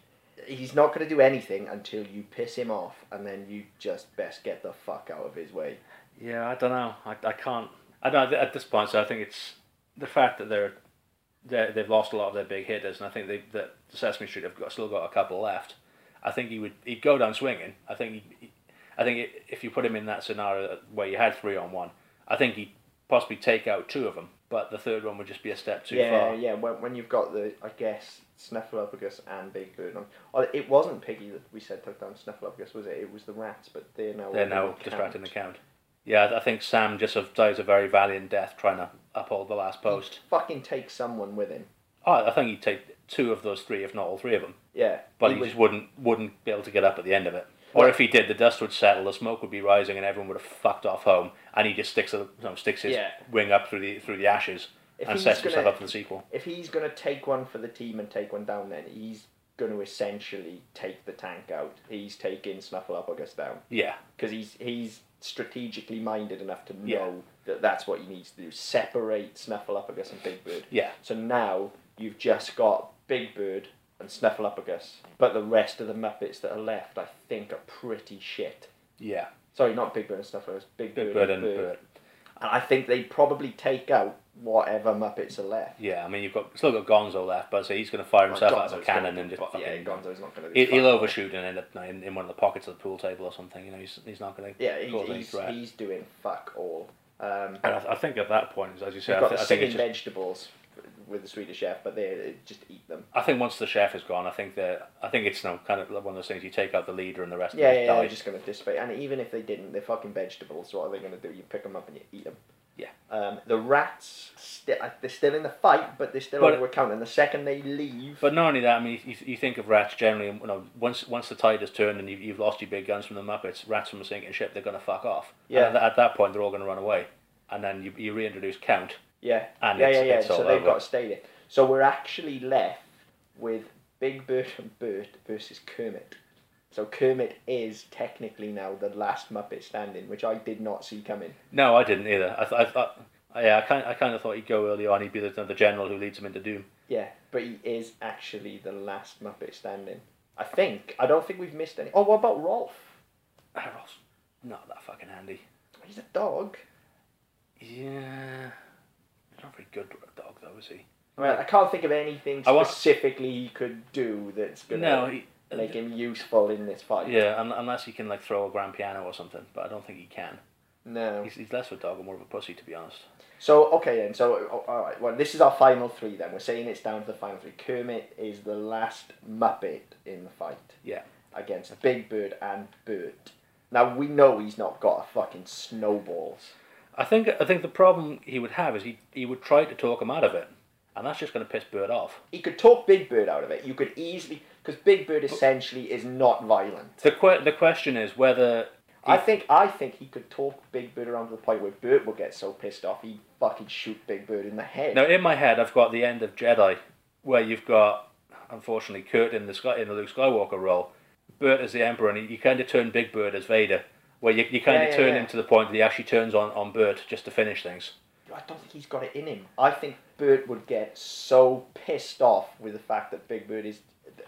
C: he's not going to do anything until you piss him off, and then you just best get the fuck out of his way.
B: Yeah, I don't know. I, I can't. I don't. At this point, so I think it's the fact that they're, they're they've lost a lot of their big hitters, and I think they that Sesame Street have got still got a couple left. I think he would he'd go down swinging. I think he, he- I think i if you put him in that scenario where you had three on one, I think he'd possibly take out two of them, but the third one would just be a step too
C: yeah,
B: far.
C: yeah. When, when you've got the, I guess Snuffleupagus and Big Bird on. Oh, it wasn't Piggy that we said took down Snuffleupagus, was it? It was the rats, but they're now
B: They're now
C: under the
B: distracting the
C: count.
B: count. Yeah, I- I think Sam just sort of dies a very valiant death trying to uphold the last post.
C: Fucking take someone with him.
B: Oh, I think he'd take two of those three, if not all three of them.
C: Yeah,
B: but
C: he
B: he,
C: was
B: just wouldn't wouldn't be able to get up at the end of it. Or if he did, the dust would settle, the smoke would be rising, and everyone would have fucked off home. And he just sticks a, no, sticks his
C: Yeah.
B: wing up through the through the ashes
C: If
B: and
C: he's
B: sets himself
C: gonna-
B: up for the sequel.
C: if he's going to take one for the team and take one down, then he's going to essentially take the tank out. He's taking Snuffleupagus down
B: Yeah,
C: because he's he's strategically minded enough to know
B: Yeah.
C: that that's what he needs to do: separate Snuffleupagus and Big Bird.
B: yeah,
C: So now you've just got Big Bird and Snuffleupagus, but the rest of the Muppets that are left, I think, are pretty shit.
B: yeah.
C: Sorry, not Big Bird and Snuffleupagus, Big,
B: Big
C: Bird,
B: Bird
C: and
B: and
C: Bird.
B: Bird.
C: And I think they probably take out whatever Muppets are left.
B: Yeah, I mean you've got still got Gonzo left, but so he's going to fire himself out of a
C: Gonzo's gonna
B: cannon
C: do
B: and just
C: fu-
B: fucking.
C: yeah, Gonzo's not going to.
B: he- He'll overshoot and end up in, in one of the pockets of the pool table or something. You know, he's, he's not going to
C: Yeah,
B: cause
C: he's,
B: any
C: he's,
B: threat.
C: he's doing fuck all. Um,
B: and I, I think at that point, as you
C: you've
B: said, I,
C: got
B: th-
C: the
B: I think it's
C: singing
B: just
C: vegetables with the Swedish chef, but they they just eat them.
B: I think once the chef is gone, I think that I think it's you know, kind of one of those things you take out the leader and the rest
C: Yeah, yeah,
B: of them
C: yeah,
B: die.
C: they're just going to dissipate. And even if they didn't, they're fucking vegetables. So what are they going to do? You pick them up and you eat them.
B: Yeah.
C: Um, the rats, sti- uh, they're still in the fight, but they're still
B: But-
C: over a count. And the second they leave,
B: But not only that, I mean, you, you think of rats generally. You know, once once the tide has turned and you've, you've lost your big guns from the Muppets, rats from a sinking ship, they're going to fuck off.
C: Yeah.
B: And at, at that point, they're all going to run away. and then you, you reintroduce Count.
C: Yeah.
B: And
C: yeah,
B: it's-
C: yeah, yeah.
B: it's
C: so
B: all
C: they've
B: over.
C: got to stay there. So we're actually left with Big Bert and Bert versus Kermit. So Kermit is technically now the last Muppet standing, which I did not see coming.
B: No, I didn't either. I, th- I thought, yeah, I kind, I kind of thought he'd go early on. He'd be the, the general who leads him into doom. [CLEARS THROAT]
C: Yeah, but he is actually the last Muppet standing. I think. I don't think we've missed any. Oh, what about Rolf?
B: Ah, Ross, not that fucking handy.
C: He's a dog.
B: Yeah, he's not very good at dog though, is he?
C: I, mean, I can't think of anything
B: I want-
C: specifically he could do that's gonna
B: No, he,
C: make him useful in this fight.
B: yeah, un- unless he can like throw a grand piano or something, but I don't think he can.
C: No.
B: He's, he's less of a dog and more of a pussy, to be honest.
C: So okay then. So oh, all right. Well, this is our final three. Then we're saying it's down to the final three. Kermit is the last Muppet in the fight.
B: Yeah.
C: Against Big Bird and Bert. Now we know he's not got a fucking snowballs.
B: I think I think the problem he would have is he he would try to talk him out of it, and that's just going to piss Bird off.
C: He could talk Big Bird out of it. You could easily because Big Bird essentially is not violent.
B: The que- the question is whether
C: I think I think he could talk Big Bird around to the point where Bert will get so pissed off he fucking shoot Big Bird in the head.
B: now in my head I've got the end of Jedi, where you've got unfortunately Kurt in the Sky, in the Luke Skywalker role, Bert as the Emperor, and you, you kind of turn Big Bird as Vader, where you, you kind
C: Yeah,
B: of
C: yeah,
B: turn
C: yeah.
B: him to the point that he actually turns on on Bert just to finish things.
C: I don't think he's got it in him. I think Bird would get so pissed off with the fact that Big Bird is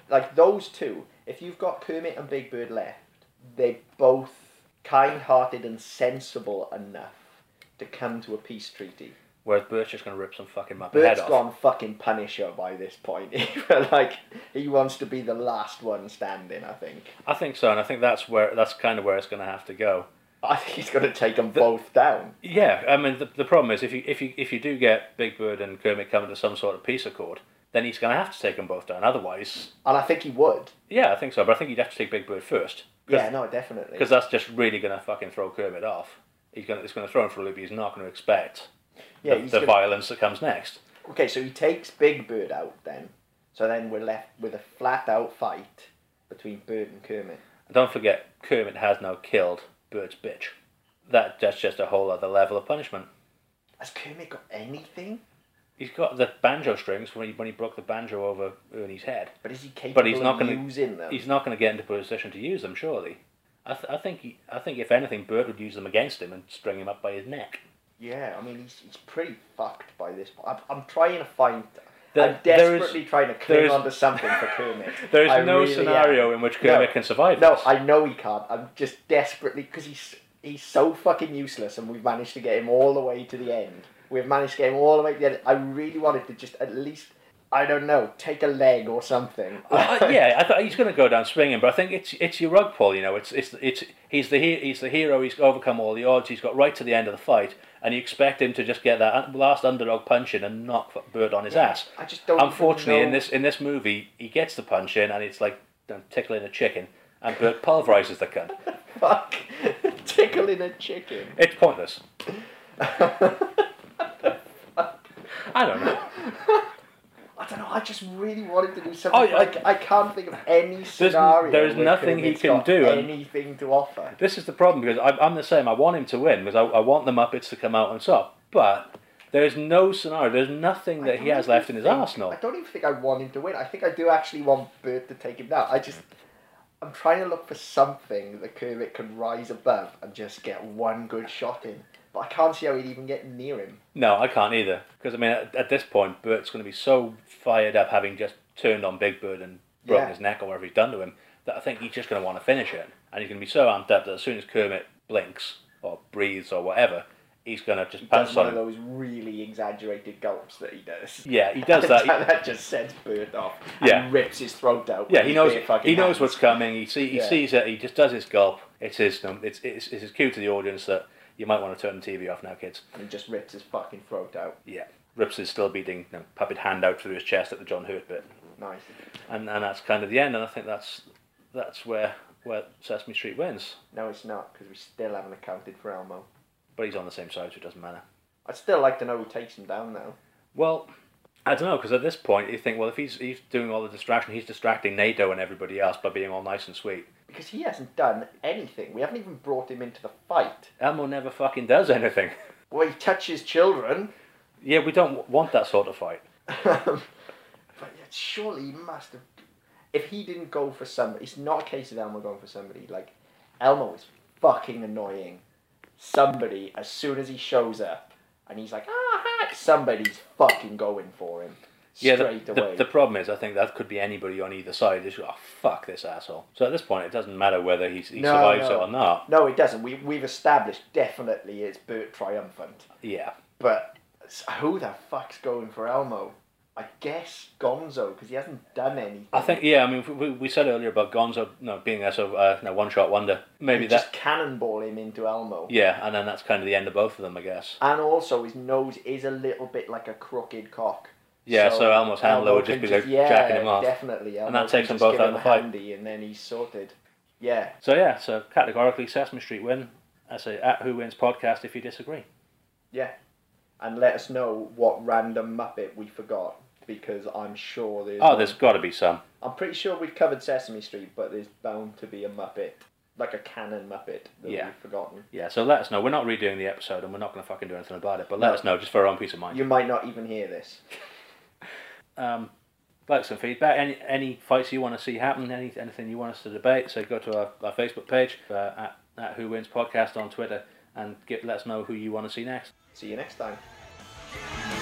C: like those two. If you've got Kermit and Big Bird left, they're both kind-hearted and sensible enough to come to a peace treaty.
B: Whereas Bert's just going to rip some fucking muppet head
C: Bird's
B: off.
C: gone fucking Punisher by this point. [LAUGHS] like he wants to be the last one standing. I think.
B: I think so, and I think that's where that's kind of where it's going to have to go.
C: I think he's going to take them both down.
B: Yeah, I mean the, the problem is if you if you if you do get Big Bird and Kermit coming to some sort of peace accord, then he's going to have to take them both down. Otherwise,
C: And I think he would.
B: yeah, I think so. But I think he'd have to take Big Bird first.
C: Yeah, no, definitely.
B: because that's just really going to fucking throw Kermit off. He's going to it's going to throw him for a loop. He's not going to expect
C: Yeah,
B: the,
C: he's
B: the
C: gonna-
B: violence that comes next.
C: Okay, so he takes Big Bird out then. So then we're left with a flat out fight between Bird and Kermit.
B: And don't forget, Kermit has now killed Bert's bitch. That that's just a whole other level of punishment.
C: Has Kermit got anything?
B: He's got the banjo strings when he when he broke the banjo over Ernie's head.
C: But is he capable
B: But he's not
C: of
B: going
C: using
B: to.
C: them?
B: He's not going to get into a position to use them. Surely, I, th- I think. He, I think if anything, Bert would use them against him and string him up by his neck.
C: Yeah, I mean, he's, he's pretty fucked by this. point. I'm, I'm trying to find.
B: There-
C: I'm
B: there is-
C: desperately trying to
B: there
C: cling
B: is-
C: onto something for
B: [LAUGHS]
C: Kermit.
B: There is
C: I
B: no
C: really am.
B: scenario in which Kermit
C: No.
B: can survive.
C: No,
B: this.
C: I know he can't. I'm just desperately because he's he's so fucking useless, and we've managed to get him all the way to the end. We've managed to get him all the way to the end. I really wanted to just at least, I don't know, take a leg or something.
B: [LAUGHS] Uh,
C: [LAUGHS]
B: yeah, I thought he's going to go down swinging, but I think it's it's your rug pull. You know, it's it's it's he's the he- he's the hero. He's overcome all the odds. He's got right to the end of the fight, and you expect him to just get that un- last underdog punch in and knock f- Bert on his ass.
C: I just don't. even
B: Unfortunately, in
C: know-
B: this in this movie, he gets the punch in, and it's like you know, tickling a chicken, and Bert pulverizes the cunt.
C: fuck, [LAUGHS] tickling a chicken.
B: It's pointless. I don't know.
C: I don't know. I just really wanted to do something.
B: Oh, yeah.
C: like I can't think of any scenario.
B: there is
C: where
B: nothing he
C: Kermit's
B: can
C: got
B: do, and-
C: Anything to offer.
B: This is the problem because I'm, I'm the same. I want him to win because I, I want the Muppets to come out on top. But there is no scenario. There's nothing
C: I
B: that
C: don't
B: he has
C: even
B: left in his
C: think-
B: arsenal.
C: I don't even think I want him to win. I think I do actually want Bert to take him down. I just, I'm trying to look for something that Kermit can rise above and just get one good shot in. But I can't see how he'd even get near him.
B: No, I can't either because I mean at, at this point Bert's going to be so fired up having just turned on Big Bird and broken
C: Yeah.
B: his neck or whatever he's done to him that I think he's just going to want to finish it and he's going to be so amped up that as soon as Kermit blinks or breathes or whatever, he's going to just
C: That's
B: pounce
C: one
B: on
C: of
B: him.
C: those really exaggerated gulps that he does.
B: Yeah,
C: [LAUGHS]
B: he does that.
C: that, just sends Bert off. and
B: Yeah.
C: rips his throat out.
B: Yeah,
C: with
B: he
C: his
B: knows.
C: bare fucking
B: He knows
C: hands.
B: what's coming. He see. He
C: Yeah.
B: sees it. He just does his gulp. It's his. um, It's it's it's his cue to the audience that you might want to turn the TV off now, kids.
C: And he just rips his fucking throat out.
B: Yeah. Rips is still beating you know, puppet hand out through his chest at the John Hurt bit,
C: Nice.
B: and and that's kind of the end. And I think that's that's where where Sesame Street wins.
C: No, it's not because we still haven't accounted for Elmo.
B: But he's on the same side, so it doesn't matter.
C: I'd still like to know who takes him down though.
B: Well, I don't know because at this point you think, well, if he's he's doing all the distraction, he's distracting NATO and everybody else by being all nice and sweet.
C: Because he hasn't done anything. We haven't even brought him into the fight.
B: Elmo never fucking does anything. [LAUGHS]
C: Well, he touches children. [LAUGHS]
B: Yeah, we don't w- want that sort of fight.
C: but yet surely he must have. If he didn't go for somebody, it's not a case of Elmo going for somebody. Like, Elmo is fucking annoying. Somebody, as soon as he shows up and he's like, ah, hi," somebody's fucking going for him.
B: Yeah,
C: Straight
B: the,
C: away.
B: the, the problem is, I think that could be anybody on either side. It's oh fuck this asshole. So at this point, it doesn't matter whether he, he
C: No,
B: survives
C: no.
B: or not.
C: No, it doesn't. We, we've established definitely it's Bert triumphant.
B: Yeah,
C: But s- who the fuck's going for Elmo? I guess Gonzo, because he hasn't done anything.
B: I think yeah. I mean, we, we said earlier about Gonzo no, being a sort of uh, no, one shot wonder. Maybe
C: You
B: that
C: just cannonball him into Elmo.
B: yeah, and then that's kind of the end of both of them, I guess.
C: And also, his nose is a little bit like a crooked cock.
B: Yeah, so, Elmo's handler would just
C: can
B: be like jacking him off.
C: Definitely, Elmo
B: that takes
C: can
B: them
C: just
B: both
C: give
B: out
C: him
B: of
C: a
B: the fight.
C: handy and then he's sorted. Yeah,
B: So yeah, so categorically, Sesame Street win. I say at Who Wins podcast if you disagree.
C: yeah. And let us know what random Muppet we forgot because I'm sure there's.
B: Oh, there's got to be some.
C: I'm pretty sure we've covered Sesame Street, but there's bound to be a Muppet, like a canon Muppet that
B: Yeah.
C: we've forgotten.
B: Yeah, so let us know. We're not redoing the episode, and we're not going to fucking do anything about it. But let
C: No.
B: us know just for our own peace of mind.
C: You might not even hear this.
B: um, like some feedback. Any any fights you want to see happen, any anything you want us to debate, so go to our, our Facebook page uh, at, at Who Wins Podcast on Twitter and get, let us know who you want to see next.
C: See you next time.
E: Give me